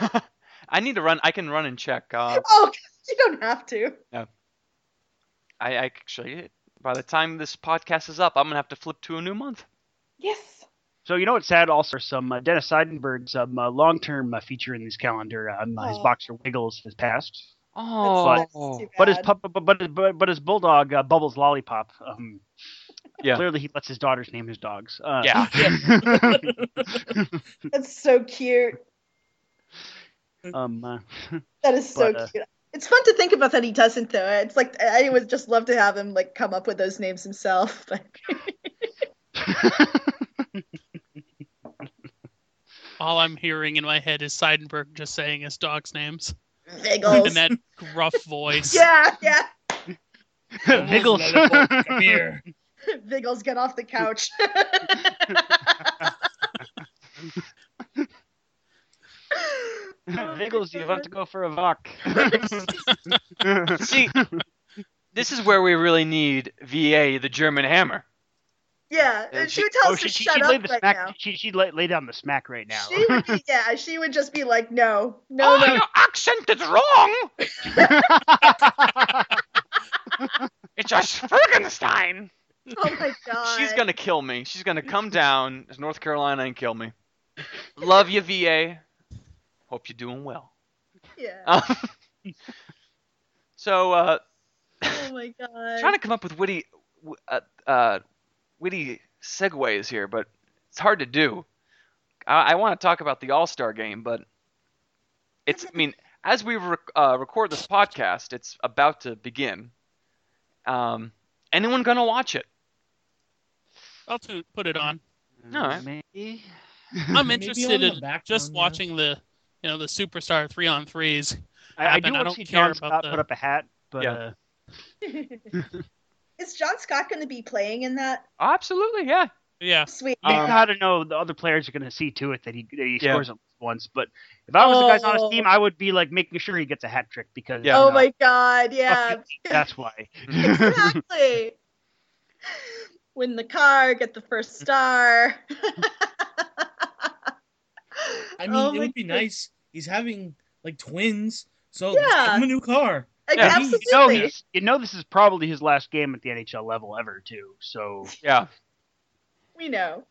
[SPEAKER 2] I need to run. I can run and check. Uh,
[SPEAKER 5] Oh, you don't have to.
[SPEAKER 2] I, I actually, by the time this podcast is up, I'm gonna have to flip to a new month.
[SPEAKER 5] Yes.
[SPEAKER 3] So you know what's sad? Also, some uh, Dennis Seidenberg's um, uh, long-term uh, feature in this calendar. Um, uh, His
[SPEAKER 5] Oh.
[SPEAKER 3] boxer Wiggles has passed.
[SPEAKER 2] Oh,
[SPEAKER 5] too
[SPEAKER 3] But his
[SPEAKER 5] bad.
[SPEAKER 3] pup, but, but, but, but his bulldog uh, Bubbles Lollipop. Um,
[SPEAKER 2] Yeah.
[SPEAKER 3] Clearly, he lets his daughters name his dogs. Uh,
[SPEAKER 2] yeah.
[SPEAKER 5] That's so cute.
[SPEAKER 3] um, uh,
[SPEAKER 5] That is so
[SPEAKER 3] But, uh,
[SPEAKER 5] cute. It's fun to think about that he doesn't though. It's like I I would just love to have him like come up with those names himself. But
[SPEAKER 4] All I'm hearing in my head is Seidenberg just saying his dog's names in
[SPEAKER 5] Biggles.
[SPEAKER 4] that gruff voice.
[SPEAKER 5] yeah, yeah.
[SPEAKER 3] Biggles.
[SPEAKER 6] Lollipop, Come here.
[SPEAKER 5] Biggles, get off the couch.
[SPEAKER 3] Viggles, you have to go for a walk.
[SPEAKER 2] See, this is where we really need VA, the German Hammer.
[SPEAKER 5] yeah,
[SPEAKER 2] Yeah,
[SPEAKER 5] and she
[SPEAKER 2] she-
[SPEAKER 5] would tell
[SPEAKER 3] oh,
[SPEAKER 5] us
[SPEAKER 3] she,
[SPEAKER 5] to
[SPEAKER 3] she,
[SPEAKER 5] shut
[SPEAKER 3] she'd lay
[SPEAKER 5] up
[SPEAKER 3] the
[SPEAKER 5] right
[SPEAKER 3] smack.
[SPEAKER 5] now.
[SPEAKER 3] She, she'd lay, lay down the smack right now.
[SPEAKER 5] She would be, yeah, she would just be like, no, no,
[SPEAKER 2] oh,
[SPEAKER 5] no.
[SPEAKER 2] your accent is wrong. It's a Frankenstein.
[SPEAKER 5] Oh my god.
[SPEAKER 2] She's gonna kill me. She's gonna come down to North Carolina and kill me. Love you, VA. Hope you're doing well.
[SPEAKER 5] Yeah.
[SPEAKER 3] Uh,
[SPEAKER 2] Um, so, uh,
[SPEAKER 5] oh my god.
[SPEAKER 2] trying to come up with witty, w- uh, uh, witty segues here, but it's hard to do. I, I want to talk about the All Star Game, but it's. I mean, as we rec- uh, record this podcast, it's about to begin. Um, anyone gonna watch it?
[SPEAKER 4] I'll t- put it on.
[SPEAKER 2] No.
[SPEAKER 3] Uh, Maybe.
[SPEAKER 4] I'm
[SPEAKER 6] Maybe
[SPEAKER 4] interested
[SPEAKER 6] on the
[SPEAKER 4] in
[SPEAKER 6] background,
[SPEAKER 4] just
[SPEAKER 6] yeah.
[SPEAKER 4] watching the, you know, the superstar three on threes.
[SPEAKER 3] I, I
[SPEAKER 4] happen.
[SPEAKER 3] do
[SPEAKER 4] I
[SPEAKER 3] want
[SPEAKER 4] don't
[SPEAKER 3] to see
[SPEAKER 4] care
[SPEAKER 3] John
[SPEAKER 4] about
[SPEAKER 3] Scott
[SPEAKER 4] the-
[SPEAKER 3] put up a hat, but
[SPEAKER 2] Yeah.
[SPEAKER 3] uh,
[SPEAKER 5] Is John Scott going to be playing in that?
[SPEAKER 2] Absolutely, yeah.
[SPEAKER 4] Yeah,
[SPEAKER 5] Sweet.
[SPEAKER 3] you
[SPEAKER 2] Um,
[SPEAKER 3] gotta know the other players are gonna see to it that he that he
[SPEAKER 2] Yeah.
[SPEAKER 3] scores at least once. But if I was the guys on
[SPEAKER 5] Oh.
[SPEAKER 3] his team, I would be like making sure he gets a hat trick because
[SPEAKER 2] Yeah.
[SPEAKER 5] oh
[SPEAKER 3] uh,
[SPEAKER 5] my god. Yeah.
[SPEAKER 3] fuck you, that's why.
[SPEAKER 5] exactly. Win the car, get the first star.
[SPEAKER 6] I mean,
[SPEAKER 5] Oh
[SPEAKER 6] it
[SPEAKER 5] my
[SPEAKER 6] would be
[SPEAKER 5] goodness.
[SPEAKER 6] nice. He's having like twins, so
[SPEAKER 5] Yeah.
[SPEAKER 6] let's give him a new car.
[SPEAKER 5] Like,
[SPEAKER 2] Yeah,
[SPEAKER 6] you know
[SPEAKER 5] absolutely.
[SPEAKER 3] You know this. You know this is probably his last game at the NHL level ever too. So
[SPEAKER 2] Yeah.
[SPEAKER 5] We know.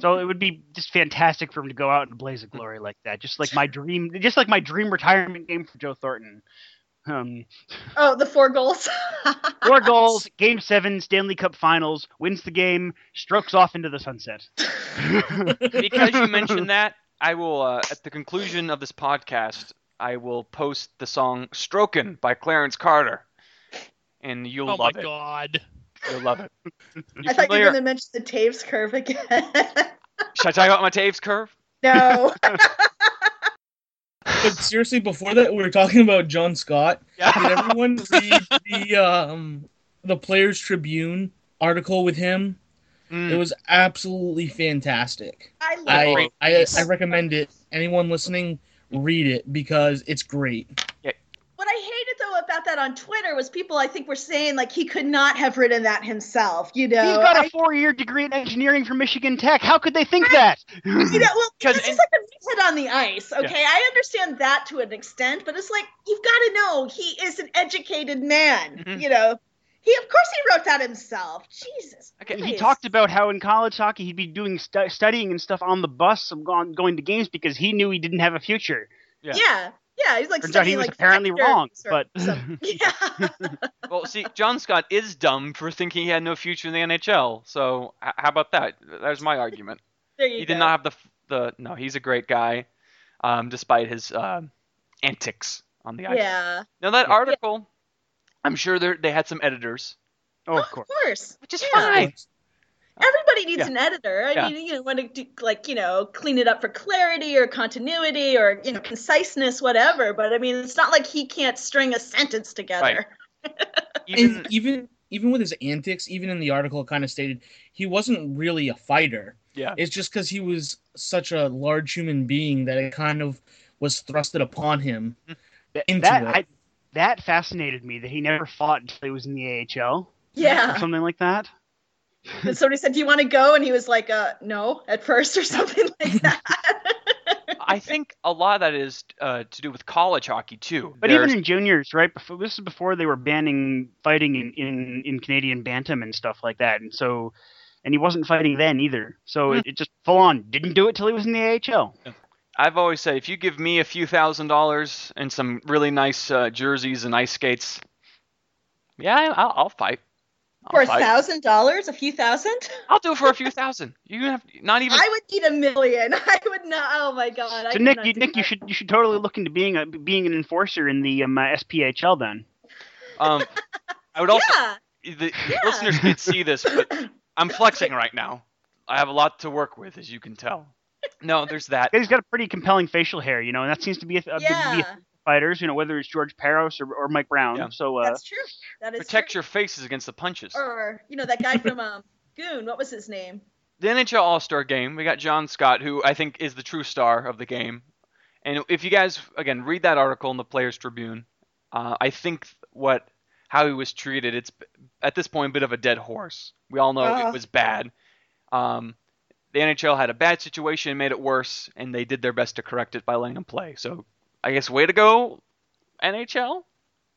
[SPEAKER 3] so it would be just fantastic for him to go out in a blaze of glory like that. Just like my dream, just like my dream retirement game for Joe Thornton. Um,
[SPEAKER 5] Oh, the four goals.
[SPEAKER 3] four goals, game seven, Stanley Cup Finals, wins the game, strokes off into the sunset.
[SPEAKER 2] because you mentioned that, I will uh, at the conclusion of this podcast, I will post the song "Strokin'" by Clarence Carter, and you'll
[SPEAKER 4] oh my
[SPEAKER 2] love it.
[SPEAKER 4] god.
[SPEAKER 2] You'll love it.
[SPEAKER 5] I thought you were going to mention the Taves curve again.
[SPEAKER 2] Should I talk about my Taves curve?
[SPEAKER 5] no.
[SPEAKER 6] But seriously, before that, we were talking about John Scott. Did
[SPEAKER 2] Yeah.
[SPEAKER 6] everyone read the um, the Players Tribune article with him? It
[SPEAKER 2] Mm.
[SPEAKER 6] was absolutely fantastic.
[SPEAKER 5] I love
[SPEAKER 2] Oh,
[SPEAKER 6] I,
[SPEAKER 4] great
[SPEAKER 6] I
[SPEAKER 4] piece.
[SPEAKER 6] I recommend it. Anyone listening, read it because it's great.
[SPEAKER 5] What I hated though about that on Twitter was people I think were saying like he could not have written that himself, you know.
[SPEAKER 3] He's got
[SPEAKER 5] I-
[SPEAKER 3] a four-year degree in engineering from Michigan Tech. How could they think that?
[SPEAKER 5] you know, well,
[SPEAKER 2] 'Cause
[SPEAKER 5] because he's
[SPEAKER 2] in-
[SPEAKER 5] like a meathead on the ice. Okay, I understand that to an extent, but it's like you've got to know he is an educated man.
[SPEAKER 2] Mhm.
[SPEAKER 5] You know, he of course he wrote that himself. Jesus.
[SPEAKER 2] Okay,
[SPEAKER 3] He
[SPEAKER 5] Christ.
[SPEAKER 3] talked about how in college hockey he'd be doing stu- studying and stuff on the bus and gone, going to games because he knew he didn't have a future.
[SPEAKER 2] Yeah.
[SPEAKER 5] Yeah, yeah. He's like
[SPEAKER 3] Turns out he
[SPEAKER 5] studying,
[SPEAKER 3] was
[SPEAKER 5] like,
[SPEAKER 3] apparently
[SPEAKER 5] vectors
[SPEAKER 3] wrong,
[SPEAKER 5] or
[SPEAKER 3] but
[SPEAKER 5] something. yeah,
[SPEAKER 2] Well, see, John Scott is dumb for thinking he had no future in the NHL. So h- how about that? There's my argument.
[SPEAKER 5] there you
[SPEAKER 2] He
[SPEAKER 5] go.
[SPEAKER 2] did not have the f- the. No, he's a great guy, um, despite his um antics on the ice.
[SPEAKER 5] yeah,
[SPEAKER 2] Now that
[SPEAKER 3] Yeah.
[SPEAKER 2] article, I'm sure they they had some editors,
[SPEAKER 3] Oh, of
[SPEAKER 5] of
[SPEAKER 3] course.
[SPEAKER 5] course.
[SPEAKER 2] which is
[SPEAKER 5] Yeah.
[SPEAKER 2] fine.
[SPEAKER 5] Everybody needs
[SPEAKER 2] Yeah.
[SPEAKER 5] an editor. I
[SPEAKER 2] Yeah.
[SPEAKER 5] mean, you know, want to do, like you know, clean it up for clarity or continuity or you know, conciseness, whatever. But I mean, it's not like he can't string a sentence together.
[SPEAKER 2] Even
[SPEAKER 6] and even even with his antics, even in the article, it kind of stated he wasn't really a fighter.
[SPEAKER 2] yeah,
[SPEAKER 6] It's just because he was such a large human being that it kind of was thrusted upon him.
[SPEAKER 3] That,
[SPEAKER 6] Into
[SPEAKER 3] that,
[SPEAKER 6] it.
[SPEAKER 3] I, that fascinated me that he never fought until he was in the AHL or
[SPEAKER 5] Yeah.
[SPEAKER 3] something like that.
[SPEAKER 5] And somebody said, "Do you want to go?" And he was like, "Uh, no," at first or something like that.
[SPEAKER 2] I think a lot of that is uh, to do with college hockey too.
[SPEAKER 3] But
[SPEAKER 2] There's-
[SPEAKER 3] even in juniors, right? Before, this is before they were banning fighting in, in, in Canadian bantam and stuff like that, and so,
[SPEAKER 5] Hmm.
[SPEAKER 3] and he wasn't fighting then either. So it, it just full on didn't do it till he was in the AHL.
[SPEAKER 2] I've always said if you give me a few thousand dollars and some really nice uh, jerseys and ice skates, yeah, I- I'll, I'll fight. I'll
[SPEAKER 5] For a
[SPEAKER 2] fight.
[SPEAKER 5] thousand dollars, a few thousand,
[SPEAKER 2] I'll do it for a few thousand. You have not even.
[SPEAKER 5] I would need a million. I would not. Oh my god. I
[SPEAKER 3] So
[SPEAKER 5] could
[SPEAKER 3] Nick,
[SPEAKER 5] not
[SPEAKER 3] you,
[SPEAKER 5] do
[SPEAKER 3] Nick, you
[SPEAKER 5] that.
[SPEAKER 3] should you should totally look into being a being an enforcer in the um, uh, SPHL then.
[SPEAKER 2] Um, I would also.
[SPEAKER 5] Yeah.
[SPEAKER 2] The
[SPEAKER 5] Yeah.
[SPEAKER 2] listeners can't see this, but I'm flexing right now. I have a lot to work with, as you can tell. No, there's that.
[SPEAKER 3] He's got a pretty compelling facial hair, you know, and that seems to be a, a big
[SPEAKER 5] yeah.
[SPEAKER 3] deal for fighters, you know, whether it's George Peros or, or Mike Brown.
[SPEAKER 2] Yeah.
[SPEAKER 3] So uh,
[SPEAKER 5] That's true. That is
[SPEAKER 2] Protect
[SPEAKER 5] true.
[SPEAKER 2] your faces against the punches.
[SPEAKER 5] Or you know that guy from um Goon. What was his name?
[SPEAKER 2] the NHL All Star game, we got John Scott, who I think is the true star of the game. And if you guys, again, read that article in the Players Tribune, uh, I think what how he was treated, it's at this point a bit of a dead horse. We all know
[SPEAKER 5] Uh-huh.
[SPEAKER 2] it was bad. Um, the NHL had a bad situation, made it worse, and they did their best to correct it by letting him play. So I guess way to go, NHL.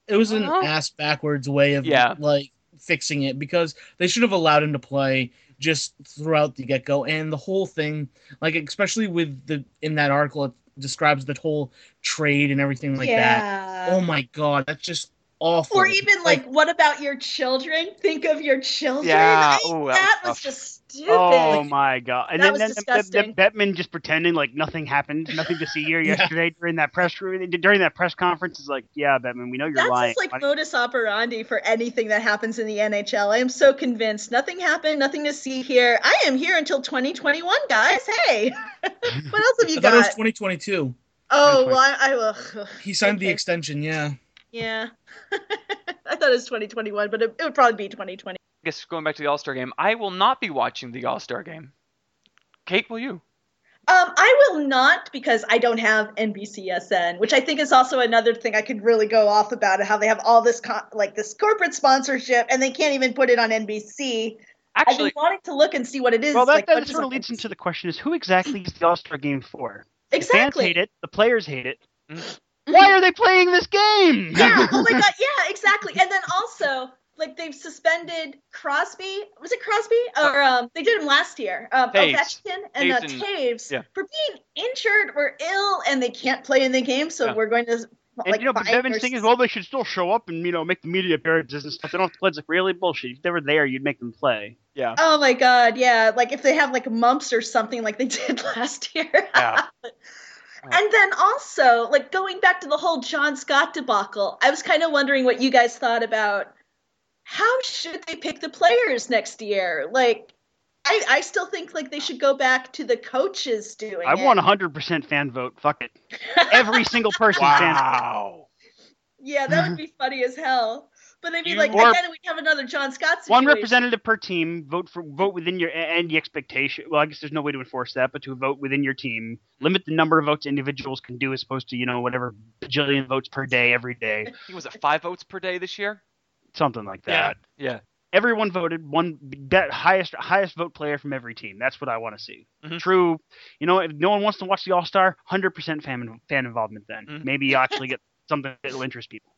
[SPEAKER 6] It was an
[SPEAKER 5] Oh.
[SPEAKER 2] Uh-huh.
[SPEAKER 6] ass backwards way of
[SPEAKER 2] Yeah.
[SPEAKER 6] like fixing it because they should have allowed him to play just throughout the get go and the whole thing, like especially with the in that article it describes the whole trade and everything like that.
[SPEAKER 5] yeah.
[SPEAKER 6] Oh my god, that's just awful.
[SPEAKER 5] Or even like, what about your children? Think of your children.
[SPEAKER 2] Yeah,
[SPEAKER 5] I-
[SPEAKER 2] ooh, that
[SPEAKER 5] that
[SPEAKER 2] was
[SPEAKER 5] was
[SPEAKER 2] tough.
[SPEAKER 5] just stupid.
[SPEAKER 3] oh my god! And
[SPEAKER 5] That
[SPEAKER 3] then,
[SPEAKER 5] was
[SPEAKER 3] then, then- then
[SPEAKER 5] disgusting.
[SPEAKER 3] Bettman just pretending like nothing happened, nothing to see here
[SPEAKER 6] Yeah.
[SPEAKER 3] yesterday during that press room, during that press conference is like, yeah, Bettman, we know you're
[SPEAKER 5] That's
[SPEAKER 3] lying.
[SPEAKER 5] just
[SPEAKER 3] Why
[SPEAKER 5] like modus operandi for anything that happens in the NHL. I am so convinced. Nothing happened. Nothing to see here. I am here until 2021, guys. Hey, what else have
[SPEAKER 6] I
[SPEAKER 5] you
[SPEAKER 6] thought it was
[SPEAKER 5] got?
[SPEAKER 6] 2022.
[SPEAKER 5] Oh, well, I, I will.
[SPEAKER 6] He signed the
[SPEAKER 5] Okay.
[SPEAKER 6] extension, yeah.
[SPEAKER 5] Yeah. I thought it was 2021, but it, it would probably be
[SPEAKER 2] I
[SPEAKER 5] 2020.
[SPEAKER 2] guess going back to the All Star game, I will not be watching the All Star game. Kate, will you?
[SPEAKER 5] Um, I will not because I don't have NBCSN, which I think is also another thing I could really go off about how they have all this co- like this corporate sponsorship and they can't even put it on NBC. I've
[SPEAKER 2] Actually,
[SPEAKER 5] been wanting to look and see what it is.
[SPEAKER 3] well, that,
[SPEAKER 5] like, what
[SPEAKER 3] that
[SPEAKER 5] is
[SPEAKER 3] sort
[SPEAKER 5] on
[SPEAKER 3] of leads
[SPEAKER 5] NBC.
[SPEAKER 3] into the question: Is who exactly is the All Star Game for? The
[SPEAKER 5] exactly.
[SPEAKER 3] fans hate it. The players hate it.
[SPEAKER 2] Mhm.
[SPEAKER 3] Why are they playing this game?
[SPEAKER 5] Yeah. Oh my god. Yeah. Exactly. And then also, like, they've suspended Crosby. Was it Crosby? Or um, they did him last year. Um,
[SPEAKER 2] Taves.
[SPEAKER 5] Ovechkin and uh,
[SPEAKER 2] Taves and-
[SPEAKER 5] Taves
[SPEAKER 2] yeah.
[SPEAKER 5] for being injured or ill, and they can't play in the game. So
[SPEAKER 2] Yeah.
[SPEAKER 5] we're going to
[SPEAKER 3] And
[SPEAKER 5] like
[SPEAKER 3] you know, but
[SPEAKER 5] fine
[SPEAKER 3] Devin's
[SPEAKER 5] their
[SPEAKER 3] thing is, well, they should still show up and you know make the media appearances and stuff. They don't have to play. It's like really bullshit. If they were there, you'd make them play.
[SPEAKER 2] yeah.
[SPEAKER 5] Oh my god, yeah. Like if they have like mumps or something like they did last year.
[SPEAKER 2] Yeah.
[SPEAKER 5] and then also, like going back to the whole John Scott debacle, I was kind of wondering what you guys thought about how should they pick the players next year? Like I, I still think like they should go back to the coaches doing
[SPEAKER 3] I
[SPEAKER 5] it.
[SPEAKER 3] want 100% fan vote. Fuck it. Every single person fan vote.
[SPEAKER 2] Wow.
[SPEAKER 5] Yeah, that would be funny as hell. But I mean
[SPEAKER 2] You
[SPEAKER 5] like
[SPEAKER 2] are-
[SPEAKER 5] again we have another John Scott
[SPEAKER 3] One
[SPEAKER 5] situation.
[SPEAKER 3] representative per team. Vote for vote within your and the expectation. Well, I guess there's no way to enforce that, but to vote within your team, limit the number of votes individuals can do as opposed to you know whatever bajillion votes per day every day,
[SPEAKER 2] He was at five votes per day this year.
[SPEAKER 3] something like that.
[SPEAKER 4] Yeah.
[SPEAKER 2] Yeah.
[SPEAKER 3] everyone voted one that highest highest vote player from every team. That's what I want to see.
[SPEAKER 2] Mhm.
[SPEAKER 3] True, you know, if no one wants to watch the All Star, hundred percent fan fan involvement. Then
[SPEAKER 2] Mhm.
[SPEAKER 3] maybe you actually get something that'll interest people.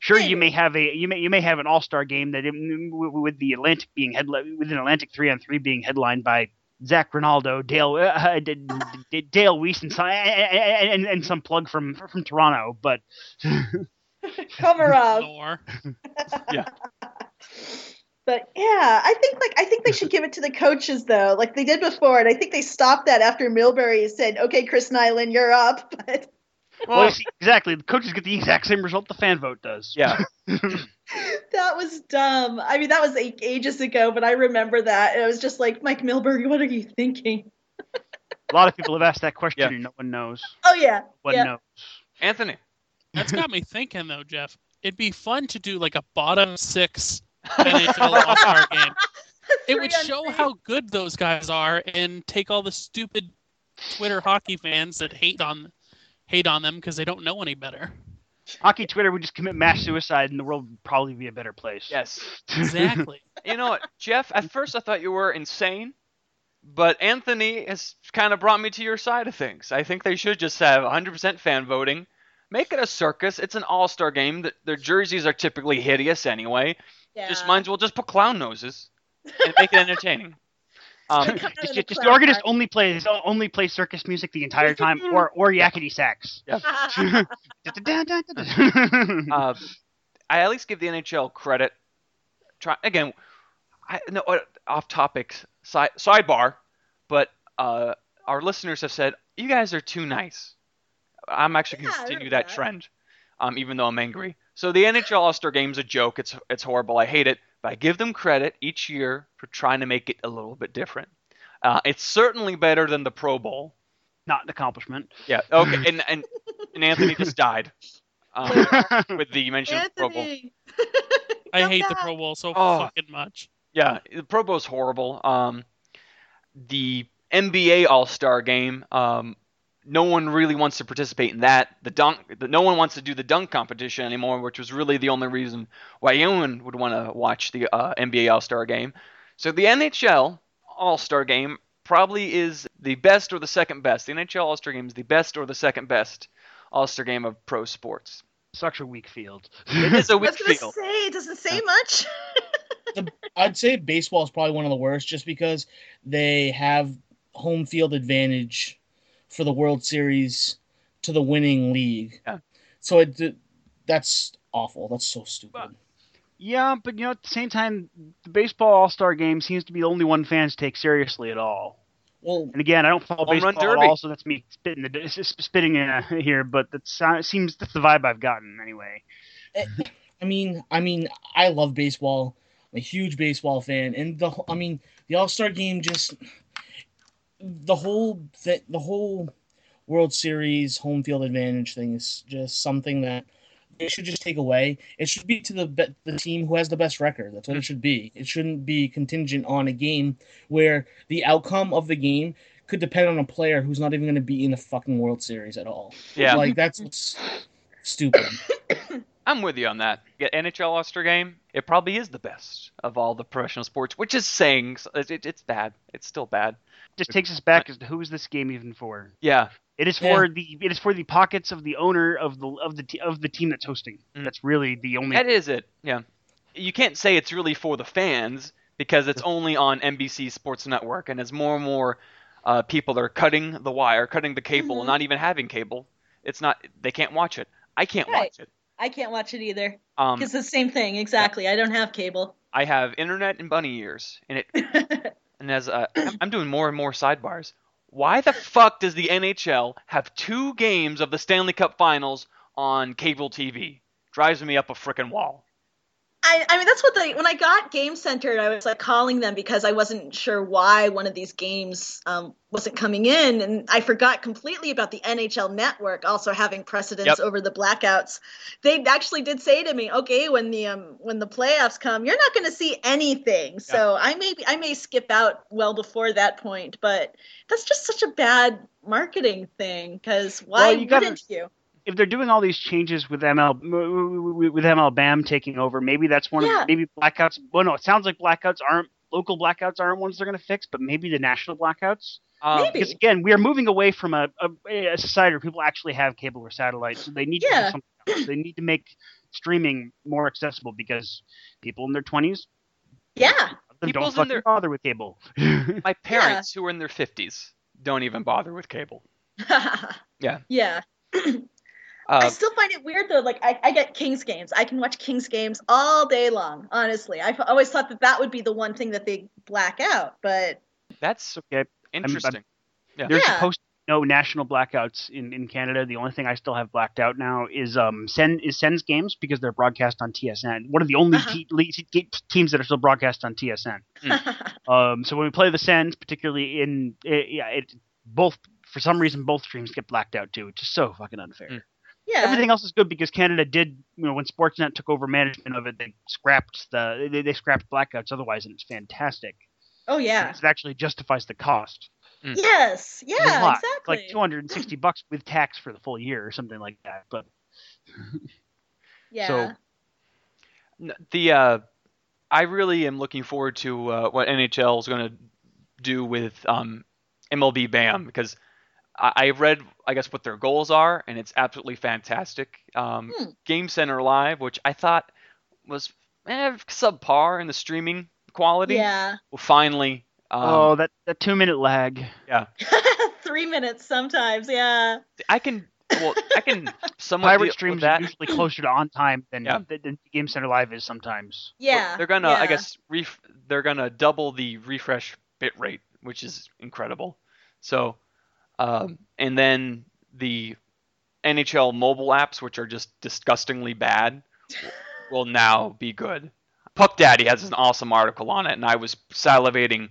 [SPEAKER 3] Sure, you may have a you may you may have an All Star game that in- with with the Atlantic being headli- with an Atlantic three on three being headlined by Zach Ronaldo, Dale uh, D- D- Dale Weiss, and, some- and, and and some plug from from Toronto, but
[SPEAKER 5] cover up.
[SPEAKER 4] Nor.
[SPEAKER 5] But yeah, I think like I think they should give it to the coaches though, like they did before, and I think they stopped that after Milbury said, "Okay, Chris Nyland, you're up." But
[SPEAKER 3] well, you see, exactly the coaches get the exact same result the fan vote does.
[SPEAKER 2] yeah.
[SPEAKER 5] that was dumb. I mean, that was like, ages ago, but I remember that, and I was just like, "Mike Milbury, what are you thinking?"
[SPEAKER 3] A lot of people have asked that question,
[SPEAKER 2] Yeah.
[SPEAKER 3] and no one knows.
[SPEAKER 5] Oh yeah,
[SPEAKER 3] One
[SPEAKER 5] Yeah.
[SPEAKER 3] knows.
[SPEAKER 2] Anthony.
[SPEAKER 4] That's got me thinking though, Jeff. It'd be fun to do like a bottom six NHL All Star game. It would
[SPEAKER 5] Three on
[SPEAKER 4] show
[SPEAKER 5] three.
[SPEAKER 4] how good those guys are, and take all the stupid Twitter hockey fans that hate on hate on them because they don't know any better.
[SPEAKER 3] Hockey Twitter would just commit mass suicide, and the world would probably be a better place.
[SPEAKER 2] Yes.
[SPEAKER 4] Exactly.
[SPEAKER 2] You know what, Jeff? At first I thought you were insane, but Anthony has kind of brought me to your side of things. I think they should just have 100% fan voting. Make it a circus. It's an All Star game. The- Their jerseys are typically hideous anyway.
[SPEAKER 5] yeah.
[SPEAKER 2] Just might as well just put clown noses and make it entertaining. Um,
[SPEAKER 5] Come out of
[SPEAKER 3] Just,
[SPEAKER 5] the
[SPEAKER 3] just, just the
[SPEAKER 5] cloud.
[SPEAKER 3] organist only plays only plays circus music the entire time, or or yakety sax.
[SPEAKER 2] uh, I at least give the NHL credit. Try again. I no uh, off topic side, sidebar, but uh, our listeners have said you guys are too nice. I'm actually
[SPEAKER 5] Yeah, I
[SPEAKER 2] going to continue
[SPEAKER 5] heard
[SPEAKER 2] that
[SPEAKER 5] that.
[SPEAKER 2] trend, um, even though I'm angry. So the NHL All Star Game's a joke. It's it's horrible. I hate it, but I give them credit each year for trying to make it a little bit different. Uh, it's certainly better than the Pro Bowl.
[SPEAKER 3] Not an accomplishment.
[SPEAKER 2] Yeah. Okay. And and, and Anthony just died. Um, with the mention of the Pro Bowl.
[SPEAKER 5] Anthony.
[SPEAKER 4] I
[SPEAKER 5] Come
[SPEAKER 4] hate the
[SPEAKER 5] back.
[SPEAKER 4] Pro Bowl so
[SPEAKER 2] Oh.
[SPEAKER 4] fucking much.
[SPEAKER 2] Yeah, the Pro Bowl's horrible. Um, the NBA All Star Game, um, no one really wants to participate in that. The dunk, the, no one wants to do the dunk competition anymore, which was really the only reason why anyone would want to watch the uh, NBA All Star Game. So the NHL All Star Game probably is the best or the second best. The NHL All Star Game is the best or the second best All Star Game of pro sports.
[SPEAKER 3] Such a weak field.
[SPEAKER 2] It is a
[SPEAKER 5] I was
[SPEAKER 2] weak
[SPEAKER 5] gonna
[SPEAKER 2] field.
[SPEAKER 5] say it doesn't say much.
[SPEAKER 6] I'd say baseball is probably one of the worst, just because they have home field advantage for the World Series to the winning league.
[SPEAKER 2] Yeah.
[SPEAKER 6] So it that's awful. That's so stupid.
[SPEAKER 3] Yeah, but you know, at the same time, the baseball All Star Game seems to be the only one fans take seriously at all.
[SPEAKER 6] Well,
[SPEAKER 3] And again, I don't follow
[SPEAKER 2] Home Run
[SPEAKER 3] baseball at
[SPEAKER 2] Derby.
[SPEAKER 3] all, so that's me spitting the s- s- spitting uh, here. But that sound- seems that's the vibe I've gotten anyway.
[SPEAKER 6] I mean, I mean, I love baseball. I'm a huge baseball fan, and the I mean, the All Star Game just the whole th- the whole World Series home field advantage thing is just something that they should just take away. It should be to the be- the team who has the best record. That's what it should be. It shouldn't be contingent on a game where the outcome of the game could depend on a player who's not even going to be in the fucking World Series at all.
[SPEAKER 2] Yeah.
[SPEAKER 6] like that's what's stupid.
[SPEAKER 2] I'm with you on that. Yeah, NHL All-Star Game, it probably is the best of all the professional sports, which is saying s- it, it- it's bad. It's still bad.
[SPEAKER 3] Just takes us back as to who is this game even for?
[SPEAKER 2] Yeah,
[SPEAKER 3] It is
[SPEAKER 6] Yeah.
[SPEAKER 3] for the it is for the pockets of the owner of the of the te- of the team that's hosting.
[SPEAKER 2] Mm.
[SPEAKER 3] That's really the only.
[SPEAKER 2] that is it. Yeah, you can't say it's really for the fans because it's only on NBC Sports Network, and as more and more uh, people are cutting the wire, cutting the cable,
[SPEAKER 5] Mhm.
[SPEAKER 2] and not even having cable, it's not. They can't watch it. I can't
[SPEAKER 5] Right.
[SPEAKER 2] watch it.
[SPEAKER 5] I can't watch it either.
[SPEAKER 2] Um,
[SPEAKER 5] It's the same thing exactly. I don't have cable.
[SPEAKER 2] I have internet and bunny ears, and it and as uh, I'm- I'm doing more and more sidebars. Why the fuck does the NHL have two games of the Stanley Cup Finals on cable TV? Drives me up a frickin' wall.
[SPEAKER 5] I, I mean, that's what they. When I got Game Center, I was like calling them because I wasn't sure why one of these games um, wasn't coming in, and I forgot completely about the NHL Network also having precedence
[SPEAKER 2] Yep.
[SPEAKER 5] over the blackouts. They actually did say to me, "Okay, when the um, when the playoffs come, you're not going to see anything." So I may I may skip out well before that point, but that's just such a bad marketing thing because why
[SPEAKER 3] Well, you gotta-
[SPEAKER 5] wouldn't you?
[SPEAKER 3] if they're doing all these changes with ML m- with MLBAM taking over, maybe that's one
[SPEAKER 5] Yeah.
[SPEAKER 3] of maybe blackouts. Well, no, it sounds like blackouts aren't local blackouts aren't ones they're going to fix, but maybe the national blackouts.
[SPEAKER 2] Um,
[SPEAKER 5] Maybe.
[SPEAKER 3] Because again, we are moving away from a, a, a society where people actually have cable or satellite, so they need to
[SPEAKER 5] Yeah.
[SPEAKER 3] do something else. They need to make streaming more accessible because people in their twenties
[SPEAKER 5] Yeah,
[SPEAKER 3] don't
[SPEAKER 2] People's in
[SPEAKER 3] fucking
[SPEAKER 2] their-
[SPEAKER 3] bother with cable.
[SPEAKER 2] My parents, who are in their 50s, don't even bother with cable. Yeah.
[SPEAKER 5] yeah. I
[SPEAKER 2] Uh,
[SPEAKER 5] still find it weird though. Like I, I get Kings games. I can watch Kings games all day long. Honestly, I've always thought that that would be the one thing that they black out. But
[SPEAKER 2] that's
[SPEAKER 3] okay.
[SPEAKER 2] interesting.
[SPEAKER 3] There's
[SPEAKER 5] Yeah.
[SPEAKER 3] supposed to be no national blackouts in, in Canada. The only thing I still have blacked out now is um Sen is Sens games because they're broadcast on TSN. One of the only
[SPEAKER 5] Uh-huh.
[SPEAKER 3] te- le- te- teams that are still broadcast on TSN.
[SPEAKER 2] Hmm.
[SPEAKER 3] Um, so when we play the Sens, particularly in it, yeah, it both for some reason both streams get blacked out too, which is so fucking unfair.
[SPEAKER 2] Mm.
[SPEAKER 5] yeah,
[SPEAKER 3] Everything else is good because Canada did, you know, when Sportsnet took over management of it, they scrapped the they, they scrapped blackouts otherwise, and it's fantastic.
[SPEAKER 5] oh yeah,
[SPEAKER 3] It actually justifies the cost
[SPEAKER 2] Hmm.
[SPEAKER 5] yes,
[SPEAKER 3] a
[SPEAKER 5] yeah,
[SPEAKER 3] lot. It's
[SPEAKER 5] exactly.
[SPEAKER 3] like 260 bucks with tax for the full year or something like that. But
[SPEAKER 5] yeah,
[SPEAKER 3] so-
[SPEAKER 2] N- the uh, I really am looking forward to uh, what NHL is going to do with um, MLB BAM because I, I read I guess what their goals are and it's absolutely fantastic. Um,
[SPEAKER 5] Hmm.
[SPEAKER 2] Game Center Live, which I thought was eh, subpar in the streaming quality,
[SPEAKER 5] yeah,
[SPEAKER 2] will finally Um,
[SPEAKER 3] oh, that, that two minute lag.
[SPEAKER 5] Three minutes sometimes, yeah.
[SPEAKER 2] I can. Well, I can somewhat deal
[SPEAKER 3] Pirate
[SPEAKER 2] with
[SPEAKER 3] streams are
[SPEAKER 2] that.
[SPEAKER 3] usually closer to on time than,
[SPEAKER 2] Yeah.
[SPEAKER 3] than, than Game Center Live is sometimes.
[SPEAKER 5] Yeah.
[SPEAKER 2] They're gonna,
[SPEAKER 5] yeah.
[SPEAKER 2] I guess, ref- they're gonna double the refresh bit rate, which is incredible. So, um, and then the NHL mobile apps, which are just disgustingly bad, will now be good. Puck Daddy has an awesome article on it, and I was salivating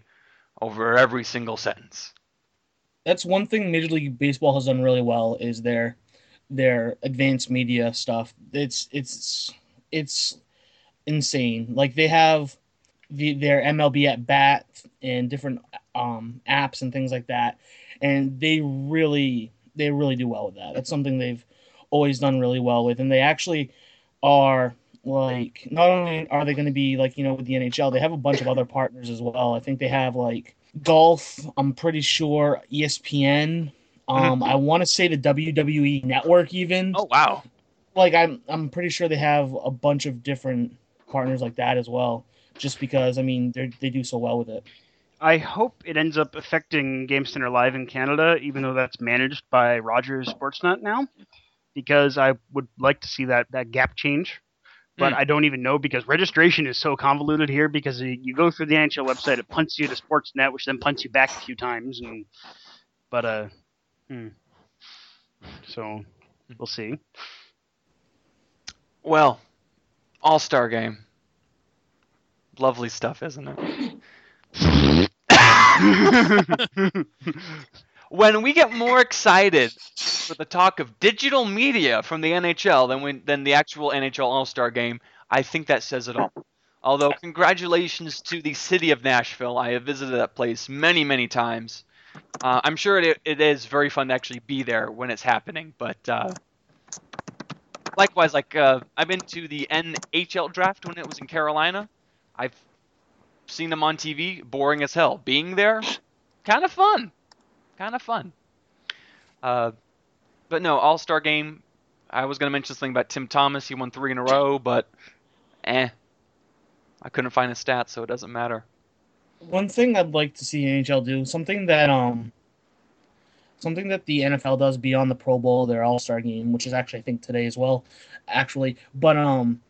[SPEAKER 2] over every single sentence.
[SPEAKER 6] that's one thing Major League Baseball has done really well is their their advanced media stuff. It's it's it's insane. Like they have the their MLB at bat and different um, apps and things like that, and they really they really do well with that. That's something they've always done really well with, and they actually are like not only are they going to be like you know with the NHL, they have a bunch of other partners as well. I think they have like golf. I'm pretty sure E ESPN. Um, I want to say the WWE Network even.
[SPEAKER 2] Oh wow!
[SPEAKER 6] Like I'm I'm pretty sure they have a bunch of different partners like that as well. Just because I mean they they do so well with it.
[SPEAKER 3] I hope it ends up affecting Game Center Live in Canada, even though that's managed by Rogers Sportsnet now, because I would like to see that, that gap change. But I don't even know because registration is so convoluted here because you you go through the NHL website, it punts you to Sportsnet, which then punts you back a few times. And but uh, hmm. so we'll see.
[SPEAKER 2] Well, All Star Game. Lovely stuff, isn't it? when we get more excited for the talk of digital media from the NHL than when, than the actual NHL All Star Game, I think that says it all. Although congratulations to the city of Nashville, I have visited that place many many times. Uh, I'm sure it, it is very fun to actually be there when it's happening, but. Uh, likewise, like uh, I've been to the NHL draft when it was in Carolina. I've seen them on TV. Boring as hell. Being there, kind of fun. Kind of fun. Uh, but no, All Star game. I was gonna mention something about Tim Thomas. He won three in a row, but eh, I couldn't find his stats, so it doesn't matter.
[SPEAKER 6] One thing I'd like to see NHL do something that um something that the NFL does beyond the Pro Bowl, their All Star game, which is actually I think today as well, actually. But um,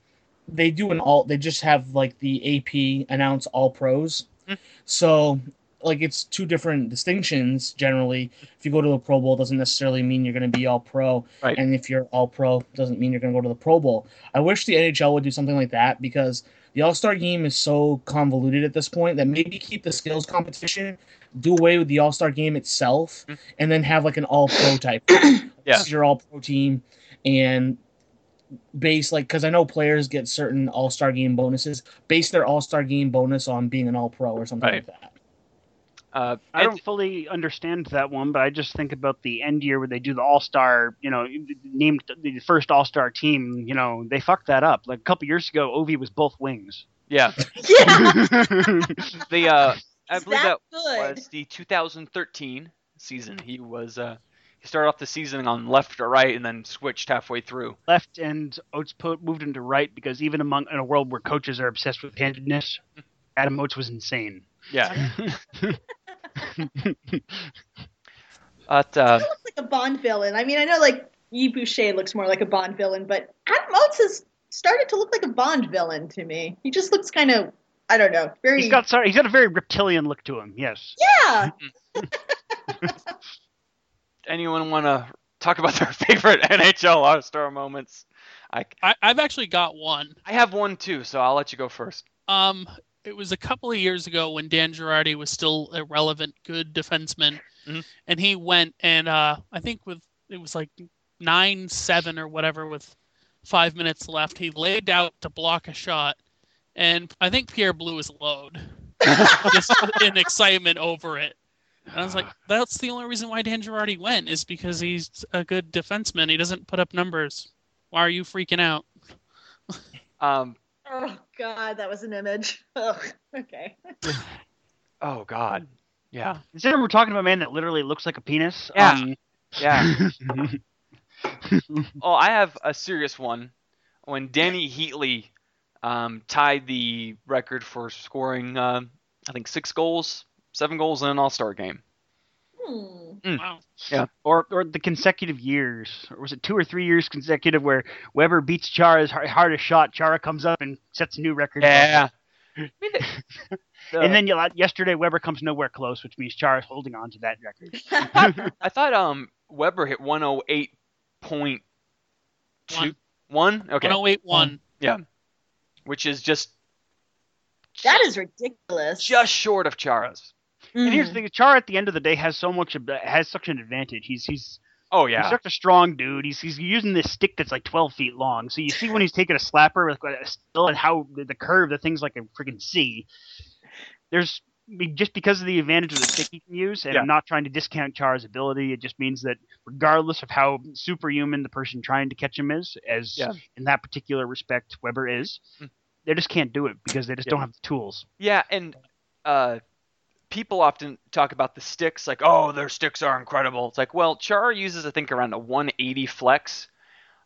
[SPEAKER 6] they do an all. They just have like the AP announce All Pros,
[SPEAKER 2] Mhm.
[SPEAKER 6] so like it's two different distinctions generally. If you go to a Pro Bowl, doesn't necessarily mean you're going to be All Pro,
[SPEAKER 2] Right.
[SPEAKER 6] and if you're All Pro, doesn't mean you're going to go to the Pro Bowl. I wish the NHL would do something like that because. The All Star game is so convoluted at this point that maybe keep the skills competition, do away with the All Star game itself, and then have like an all pro type. This is your all pro team and base like because I know players get certain all star game bonuses, base their all star game bonus on being an all pro or something
[SPEAKER 2] Right.
[SPEAKER 6] like that.
[SPEAKER 2] Uh,
[SPEAKER 3] I don't fully understand that one, but I just think about the end year where they do the All Star, you know, named the first All Star team. You know, they fucked that up. Like a couple years ago, Ovi was both wings.
[SPEAKER 2] yeah,
[SPEAKER 5] Yeah.
[SPEAKER 2] the uh, I believe that
[SPEAKER 5] That's good.
[SPEAKER 2] was the 2013 season. He was uh, he started off the season on left or right, and then switched halfway through.
[SPEAKER 3] Left and Oates po- moved into right because even among in a world where coaches are obsessed with handedness, Adam Oates was insane.
[SPEAKER 2] Yeah. but uh,
[SPEAKER 5] He looks like a Bond villain. I mean, I know like Yi Boucher looks more like a Bond villain, but Adam Oates has started to look like a Bond villain to me. He just looks kind of, I don't know, very
[SPEAKER 3] He's got sorry, he's got a very reptilian look to him. Yes.
[SPEAKER 5] yeah.
[SPEAKER 2] anyone want to talk about their favorite NHL All Star moments? I
[SPEAKER 4] I, I've actually got one.
[SPEAKER 2] I have one too, so I'll let you go first.
[SPEAKER 4] Um, it was a couple of years ago when Dan Girardi was still a relevant, good defenseman,
[SPEAKER 2] Mhm.
[SPEAKER 4] and he went and uh, I think with it was like nine seven or whatever with five minutes left, he laid out to block a shot, and I think Pierre blew his load just in excitement over it. And I was like, that's the only reason why Dan Girardi went is because he's a good defenseman. He doesn't put up numbers. Why are you freaking out?
[SPEAKER 2] Um,
[SPEAKER 5] Oh God, that was an image. Ugh. Okay.
[SPEAKER 2] oh God, yeah,
[SPEAKER 3] Considering we're talking about a man that literally looks like a penis.
[SPEAKER 2] Yeah.
[SPEAKER 3] um,
[SPEAKER 2] yeah. Oh, I have a serious one. When Danny Heatley um, tied the record for scoring, um I think six goals, Seven goals in an All Star game.
[SPEAKER 5] Hmm.
[SPEAKER 4] Wow.
[SPEAKER 3] or or the consecutive years, or was it two or three years consecutive where Weber beats Chara's har- hardest shot? Chara comes up and sets a new record. and then you- yesterday Weber comes nowhere close, which means Chara's holding on to that record.
[SPEAKER 2] I thought um Weber hit 108.2
[SPEAKER 4] One.
[SPEAKER 2] one? okay,
[SPEAKER 4] 1081.
[SPEAKER 2] which is just
[SPEAKER 5] That is ridiculous.
[SPEAKER 2] just short of Chara's.
[SPEAKER 3] And
[SPEAKER 5] Hmm.
[SPEAKER 3] here's the thing: Chara at the end of the day has so much ab- has such an advantage. He's he's
[SPEAKER 2] Oh
[SPEAKER 3] he's
[SPEAKER 2] yeah.
[SPEAKER 3] such a strong dude. He's he's using this stick that's like 12 feet long. So you see when he's taking a slapper with a still and how the, the curve, the thing's like a freaking C. There's be- just because of the advantage of the stick he can use, and
[SPEAKER 2] Yeah.
[SPEAKER 3] I'm not trying to discount Char's ability. It just means that regardless of how superhuman the person trying to catch him is, as
[SPEAKER 2] Yeah.
[SPEAKER 3] in that particular respect Weber is,
[SPEAKER 2] Mm.
[SPEAKER 3] they just can't do it because they just
[SPEAKER 2] Yeah.
[SPEAKER 3] don't have the tools.
[SPEAKER 2] Yeah, and uh, people often talk about the sticks, like, oh, their sticks are incredible. It's like, well, Chara uses, I think, around a 180 flex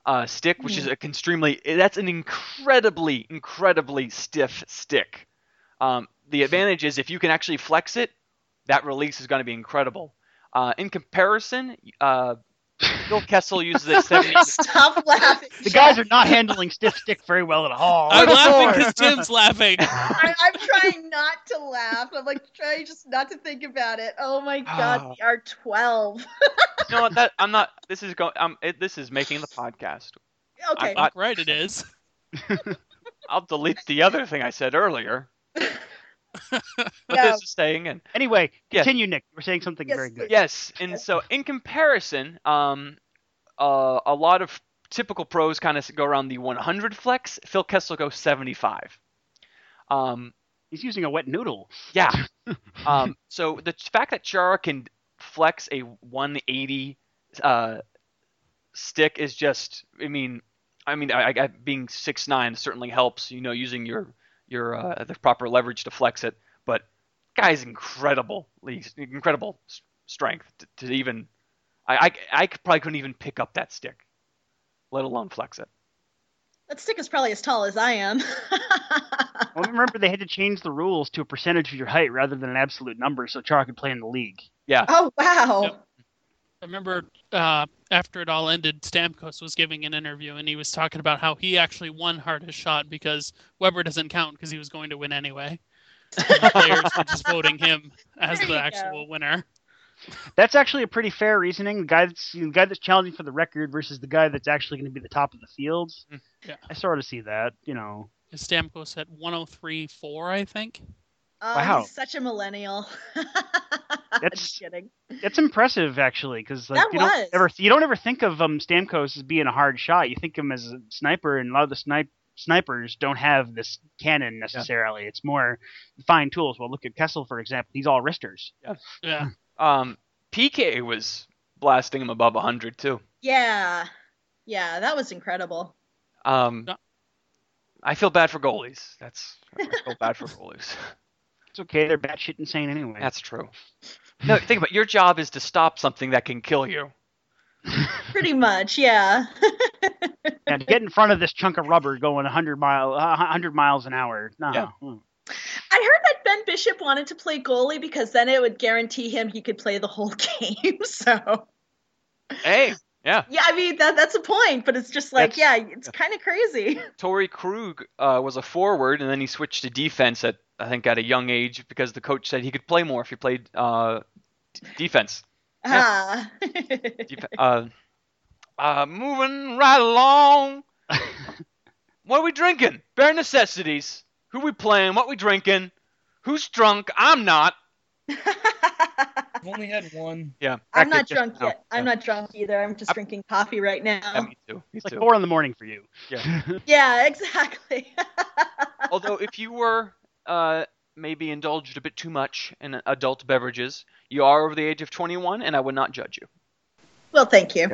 [SPEAKER 2] uh, stick, which is an extremely, that's an incredibly, incredibly stiff stick. Um, the advantage is if you can actually flex it, that release is going to be incredible. Uh, in comparison, uh, Bill Kessel uses a 70.
[SPEAKER 5] Mm. Stop laughing.
[SPEAKER 3] The guys are not handling stiff stick very well at all.
[SPEAKER 4] I'm laughing
[SPEAKER 3] Before.
[SPEAKER 4] because Tim's laughing.
[SPEAKER 5] I, I'm trying not to laugh. I'm like trying just not to think about it. Oh my
[SPEAKER 2] Ah.
[SPEAKER 5] god, we are 12.
[SPEAKER 2] you know what? That, I'm not. This is going. I'm. It, this is making the podcast.
[SPEAKER 5] Okay.
[SPEAKER 2] I-
[SPEAKER 4] Fuck right, it is.
[SPEAKER 2] I'll delete the other thing I said earlier. But
[SPEAKER 5] No.
[SPEAKER 2] this is staying in.
[SPEAKER 3] Anyway,
[SPEAKER 2] Yes.
[SPEAKER 3] continue, Nick. We're saying something
[SPEAKER 5] Yes,
[SPEAKER 3] very good.
[SPEAKER 2] Yes, and so in comparison, um, uh, a lot of typical pros kind of go around the 100 flex. Phil Kessel goes 75. Um,
[SPEAKER 3] He's using a wet noodle.
[SPEAKER 2] yeah. um, so the fact that Chara can flex a 180 uh, stick is just, I mean, I mean, I, I, being 6'9 certainly helps. You know, using your your uh, the proper leverage to flex it. But guy's incredible, he's incredible s- strength to, to even. I, I I could- probably couldn't even pick up that stick, let alone flex it.
[SPEAKER 5] That stick is probably as tall as I am.
[SPEAKER 3] Well, remember they had to change the rules to a percentage of your height rather than an absolute number, so Chara could play in the league.
[SPEAKER 5] oh wow.
[SPEAKER 4] Yep. I remember uh, after it all ended, Stamkos was giving an interview and he was talking about how he actually won hardest shot because Weber doesn't count because he was going to win anyway. And the players were just voting him as
[SPEAKER 5] There
[SPEAKER 4] the
[SPEAKER 5] you
[SPEAKER 4] actual winner.
[SPEAKER 3] That's actually a pretty fair reasoning. The guy that's the guy that's challenging for the record versus the guy that's actually going to be the top of the field.
[SPEAKER 2] Mm,
[SPEAKER 4] yeah.
[SPEAKER 3] I sort of see that. You know,
[SPEAKER 4] Stamkos at 103.4, I think.
[SPEAKER 5] Oh,
[SPEAKER 3] Wow.
[SPEAKER 5] he's such a millennial.
[SPEAKER 3] That's-
[SPEAKER 5] just kidding.
[SPEAKER 3] that's impressive actually, because like
[SPEAKER 5] That
[SPEAKER 3] you
[SPEAKER 5] was.
[SPEAKER 3] don't ever you don't ever think of um Stamkos as being a hard shot. You think of him as a sniper, and a lot of the snipe snipers don't have this cannon necessarily. It's more fine tools. Well, look at Kessel for example. He's all wristers.
[SPEAKER 4] Yeah.
[SPEAKER 2] Um, PK was blasting him above 100 too.
[SPEAKER 5] Yeah. Yeah, that was incredible.
[SPEAKER 2] Um,
[SPEAKER 4] No.
[SPEAKER 2] I feel bad for goalies. That's I feel bad for goalies.
[SPEAKER 3] It's okay. They're batshit insane anyway.
[SPEAKER 2] That's true. No, think about it. your job is to stop something that can kill you.
[SPEAKER 5] Pretty much, yeah.
[SPEAKER 3] and get in front of this chunk of rubber going 100 mile uh, 100 miles an hour. No.
[SPEAKER 2] Yeah.
[SPEAKER 3] Mm.
[SPEAKER 5] I heard that Ben Bishop wanted to play goalie because then it would guarantee him he could play the whole game. So
[SPEAKER 2] Hey,
[SPEAKER 5] yeah, I mean that that's a point, but it's just like,
[SPEAKER 2] That's-
[SPEAKER 5] yeah, it's kind of crazy.
[SPEAKER 2] Tori Krug uh, was a forward, and then he switched to defense at I think at a young age because the coach said he could play more if he played uh, d- defense.
[SPEAKER 5] Ah.
[SPEAKER 2] Def- uh, uh, moving right along. what are we drinking? Bare necessities. Who we playing? What we drinking? Who's drunk? I'm not.
[SPEAKER 6] I've only had one.
[SPEAKER 2] Yeah.
[SPEAKER 5] I'm not
[SPEAKER 2] practice
[SPEAKER 5] drunk
[SPEAKER 2] now.
[SPEAKER 5] yet. I'm
[SPEAKER 2] Yeah.
[SPEAKER 5] not drunk either. I'm just
[SPEAKER 2] I-
[SPEAKER 5] drinking coffee right now.
[SPEAKER 2] Yeah, me too. Me
[SPEAKER 3] It's like
[SPEAKER 2] too.
[SPEAKER 3] 4 in the morning for you.
[SPEAKER 5] yeah, exactly.
[SPEAKER 2] Although, if you were uh, maybe indulged a bit too much in adult beverages, you are over the age of 21, and I would not judge you.
[SPEAKER 5] well, thank you.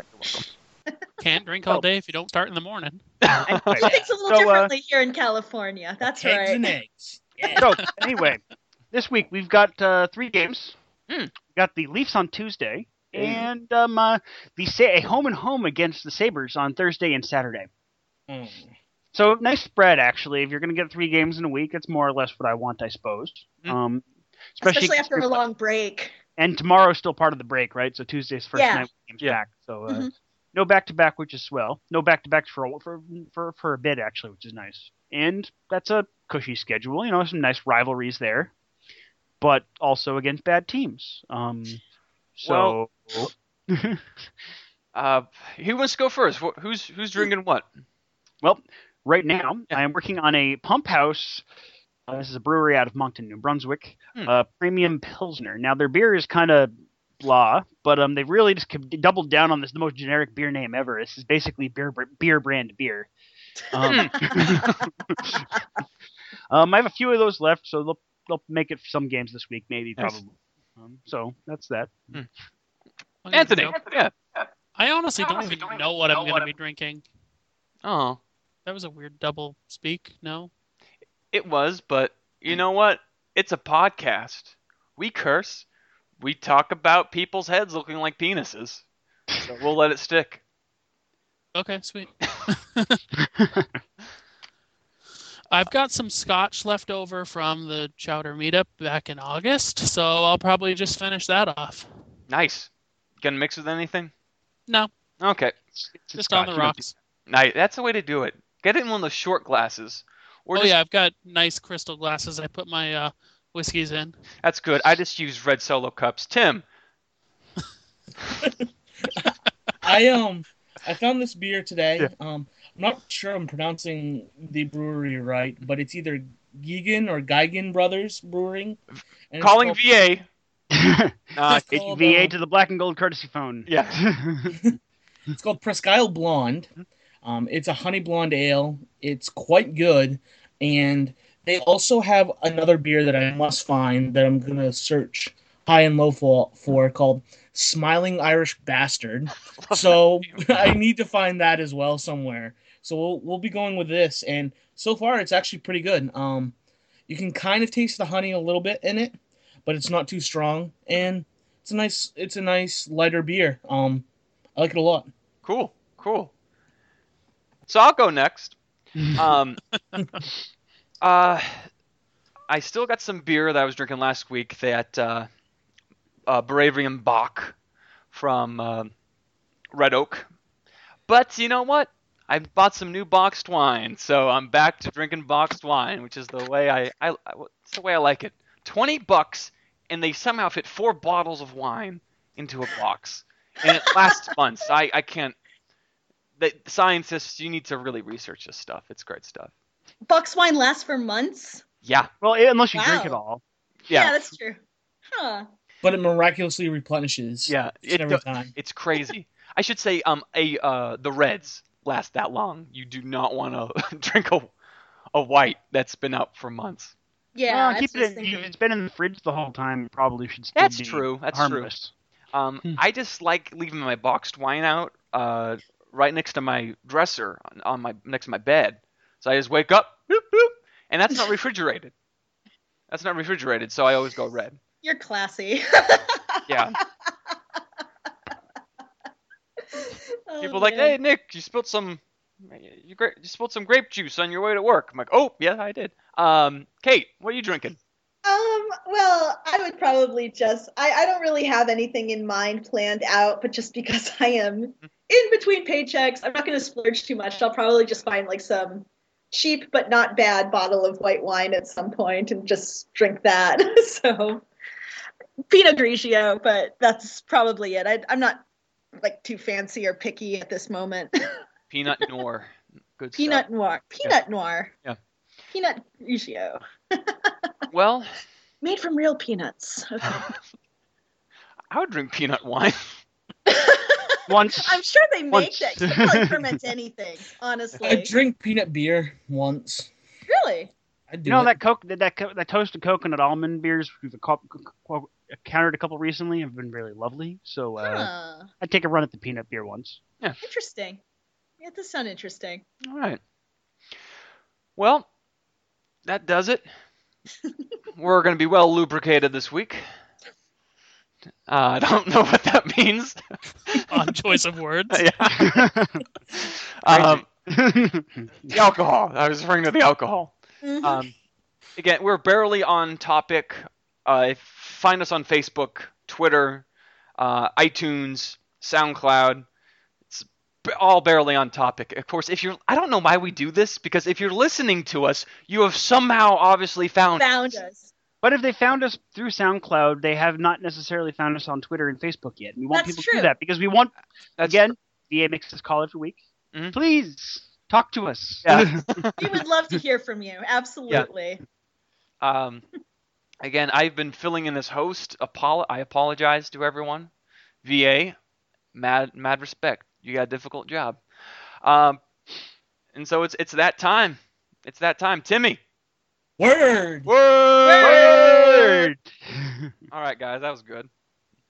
[SPEAKER 4] Can't drink all day if you don't start in the morning.
[SPEAKER 3] Anyway,
[SPEAKER 5] It's a little
[SPEAKER 3] So, uh,
[SPEAKER 5] differently here in California. That's
[SPEAKER 6] Eggs
[SPEAKER 5] right.
[SPEAKER 6] and eggs. Yeah.
[SPEAKER 3] so, anyway, this week we've got uh, three games.
[SPEAKER 2] Hmm.
[SPEAKER 3] We got the Leafs on Tuesday and um, uh, the Sa- a home and home against the Sabres on Thursday and Saturday.
[SPEAKER 6] Mm.
[SPEAKER 3] So nice spread actually. If you're going to get three games in a week, it's more or less what I want, I suppose.
[SPEAKER 2] Mm.
[SPEAKER 3] Um,
[SPEAKER 5] Hmm. especially, after a long break.
[SPEAKER 3] And tomorrow's still part of the break, right? So Tuesday's first
[SPEAKER 5] Yeah.
[SPEAKER 3] night with games
[SPEAKER 2] Yeah.
[SPEAKER 3] back. So uh,
[SPEAKER 5] Mhm.
[SPEAKER 3] no back to back, which is swell. No back to back for, a- for for for a bit actually, which is nice. And that's a cushy schedule. You know, some nice rivalries there, but also against bad teams. Um, so well,
[SPEAKER 2] Uh, who wants to go first? Wh- Who's who's drinking what?
[SPEAKER 3] right now I am working on a pump house. Uh, this is a brewery out of Moncton, New Brunswick.
[SPEAKER 2] Hmm.
[SPEAKER 3] Uh, premium Pilsner. Now their beer is kind of blah, but um, they really just com- doubled down on this the most generic beer name ever. This is basically beer br- beer brand beer. Um, um, I have a few of those left, so they'll they'll make it some games this week, maybe
[SPEAKER 2] Nice.
[SPEAKER 3] probably. Um, so that's that.
[SPEAKER 4] I'm gonna
[SPEAKER 2] Anthony.
[SPEAKER 4] go.
[SPEAKER 2] Yeah.
[SPEAKER 4] I honestly don't even know what I'm going to be drinking.
[SPEAKER 2] Oh,
[SPEAKER 4] That was a weird double speak. No.
[SPEAKER 2] it was, but you know what? It's a podcast. We curse. We talk about people's heads looking like penises. So we'll let it stick.
[SPEAKER 4] Okay, sweet. I've got some scotch left over from the chowder meetup back in August, so I'll probably just finish that off.
[SPEAKER 2] Nice. Gonna mix with anything?
[SPEAKER 4] No,
[SPEAKER 2] Okay.
[SPEAKER 3] It's- it's
[SPEAKER 4] just
[SPEAKER 3] Scotch,
[SPEAKER 4] on
[SPEAKER 3] you
[SPEAKER 4] the
[SPEAKER 3] know,
[SPEAKER 4] rocks.
[SPEAKER 2] Nice. That's the way to do it. Get it in one of those short glasses. Or
[SPEAKER 4] Oh
[SPEAKER 2] just,
[SPEAKER 4] yeah, I've got nice crystal glasses. I put my uh, whiskeys in.
[SPEAKER 2] That's good. I just use red solo cups. Tim.
[SPEAKER 6] I um I found this beer today.
[SPEAKER 3] Yeah.
[SPEAKER 6] Um I'm not sure I'm pronouncing the brewery right, but it's either Geigen or Geigen Brothers Brewing. and it's
[SPEAKER 2] Calling
[SPEAKER 6] called-
[SPEAKER 2] VA. Uh,
[SPEAKER 6] It's called,
[SPEAKER 3] VA
[SPEAKER 6] um,
[SPEAKER 3] to the black and gold courtesy phone.
[SPEAKER 2] Yeah.
[SPEAKER 6] It's called Presque Isle Blonde. Um, it's a honey blonde ale. It's quite good, and they also have another beer that I must find that I'm gonna search high and low for, for called Smiling Irish Bastard. So I need to find that as well somewhere. So we'll we'll be going with this, and so far it's actually pretty good. Um, you can kind of taste the honey a little bit in it, but it's not too strong, and it's a nice it's a nice lighter beer. Um, I like it a lot.
[SPEAKER 2] Cool, cool. So I'll go next. Um, uh, I still got some beer that I was drinking last week that uh, uh, Bravery and Bach from uh, Red Oak. But you know what? I bought some new boxed wine, so I'm back to drinking boxed wine, which is the way I, I I- it's the way I like it. Twenty bucks, and they somehow fit four bottles of wine into a box, and it lasts months. I I can't. The scientists, you need to really research this stuff. It's great stuff.
[SPEAKER 5] Box wine lasts for months.
[SPEAKER 2] Yeah,
[SPEAKER 3] Well, unless you drink
[SPEAKER 5] Wow.
[SPEAKER 3] it all.
[SPEAKER 5] Yeah,
[SPEAKER 2] yeah,
[SPEAKER 5] that's true. Huh.
[SPEAKER 6] but it miraculously replenishes
[SPEAKER 2] yeah.
[SPEAKER 6] each and
[SPEAKER 2] It,
[SPEAKER 6] every time.
[SPEAKER 2] it's crazy. I should say, um, a uh, the reds last that long. You do not want to drink a a white that's been out for months.
[SPEAKER 5] Yeah,
[SPEAKER 3] Well,
[SPEAKER 5] that's
[SPEAKER 3] keep
[SPEAKER 5] what I was
[SPEAKER 3] it in,
[SPEAKER 5] thinking.
[SPEAKER 3] if it's been in the fridge the whole time. it Probably should still
[SPEAKER 2] That's
[SPEAKER 3] be
[SPEAKER 2] true. That's true.
[SPEAKER 3] harmless.
[SPEAKER 2] Um,
[SPEAKER 3] Hmm.
[SPEAKER 2] I just like leaving my boxed wine out uh, right next to my dresser on, on my next to my bed. So I just wake up, boop, boop, and that's not refrigerated. That's not refrigerated, so I always go red.
[SPEAKER 5] You're classy.
[SPEAKER 2] Yeah.
[SPEAKER 5] Oh,
[SPEAKER 2] People are like, hey
[SPEAKER 5] man.
[SPEAKER 2] Nick, you spilled some, you, gra- you spilled some grape juice on your way to work. I'm like, oh yeah, I did. Um, Kate, what are you drinking?
[SPEAKER 5] Um, well, I would probably just I, I don't really have anything in mind planned out, but just because I am
[SPEAKER 2] Mm-hmm.
[SPEAKER 5] in between paychecks, I'm not gonna splurge too much. I'll probably just find like some cheap but not bad bottle of white wine at some point and just drink that. so Pinot Grigio, but that's probably it. I, I'm not like too fancy or picky at this moment.
[SPEAKER 2] Peanut Noir. Good
[SPEAKER 5] Peanut noir. Peanut noir.
[SPEAKER 2] Yeah.
[SPEAKER 5] Peanut Grigio.
[SPEAKER 2] stuff. Well,
[SPEAKER 5] Made from real peanuts. Okay.
[SPEAKER 2] I would drink peanut wine.
[SPEAKER 3] Once.
[SPEAKER 5] I'm sure they make
[SPEAKER 3] Once.
[SPEAKER 5] that. You can probably ferment anything, honestly.
[SPEAKER 6] I drink peanut beer once.
[SPEAKER 5] really?
[SPEAKER 6] I do
[SPEAKER 3] You know
[SPEAKER 6] it.
[SPEAKER 3] that coke that that, co- that toasted coconut almond beers we've a cou- cou- cou- encountered a couple recently have been really lovely. So uh,
[SPEAKER 5] Huh.
[SPEAKER 3] I'd take a run at the peanut beer once.
[SPEAKER 5] Interesting. Yeah, does sound interesting.
[SPEAKER 2] All right. Well, that does it. We're going to be well lubricated this week. Uh, I don't know what that means.
[SPEAKER 4] Odd choice of words.
[SPEAKER 2] yeah. um, the alcohol. I was referring to the alcohol.
[SPEAKER 5] Mhm.
[SPEAKER 2] Um, again, we're barely on topic. Uh, if- find us on Facebook, Twitter, uh, iTunes, SoundCloud. It's b- all barely on topic. Of course, if you're, I don't know why we do this because if you're listening to us, you have somehow obviously found.
[SPEAKER 5] Found us.
[SPEAKER 3] But if they found us through SoundCloud, they have not necessarily found us on Twitter and Facebook yet. We want
[SPEAKER 5] That's
[SPEAKER 3] people to
[SPEAKER 5] true.
[SPEAKER 3] do that because we want
[SPEAKER 2] That's
[SPEAKER 3] again. VA makes this call every week.
[SPEAKER 2] Mhm.
[SPEAKER 3] Please talk to us.
[SPEAKER 2] Yeah.
[SPEAKER 5] We would love to hear from you. Absolutely.
[SPEAKER 2] Um, again, I've been filling in as host. Apolo- I apologize to everyone. VA, mad mad respect. You got a difficult job. Um, and so it's it's that time. It's that time. Timmy.
[SPEAKER 6] Word.
[SPEAKER 2] Word.
[SPEAKER 3] Word.
[SPEAKER 2] All right, guys, that was good.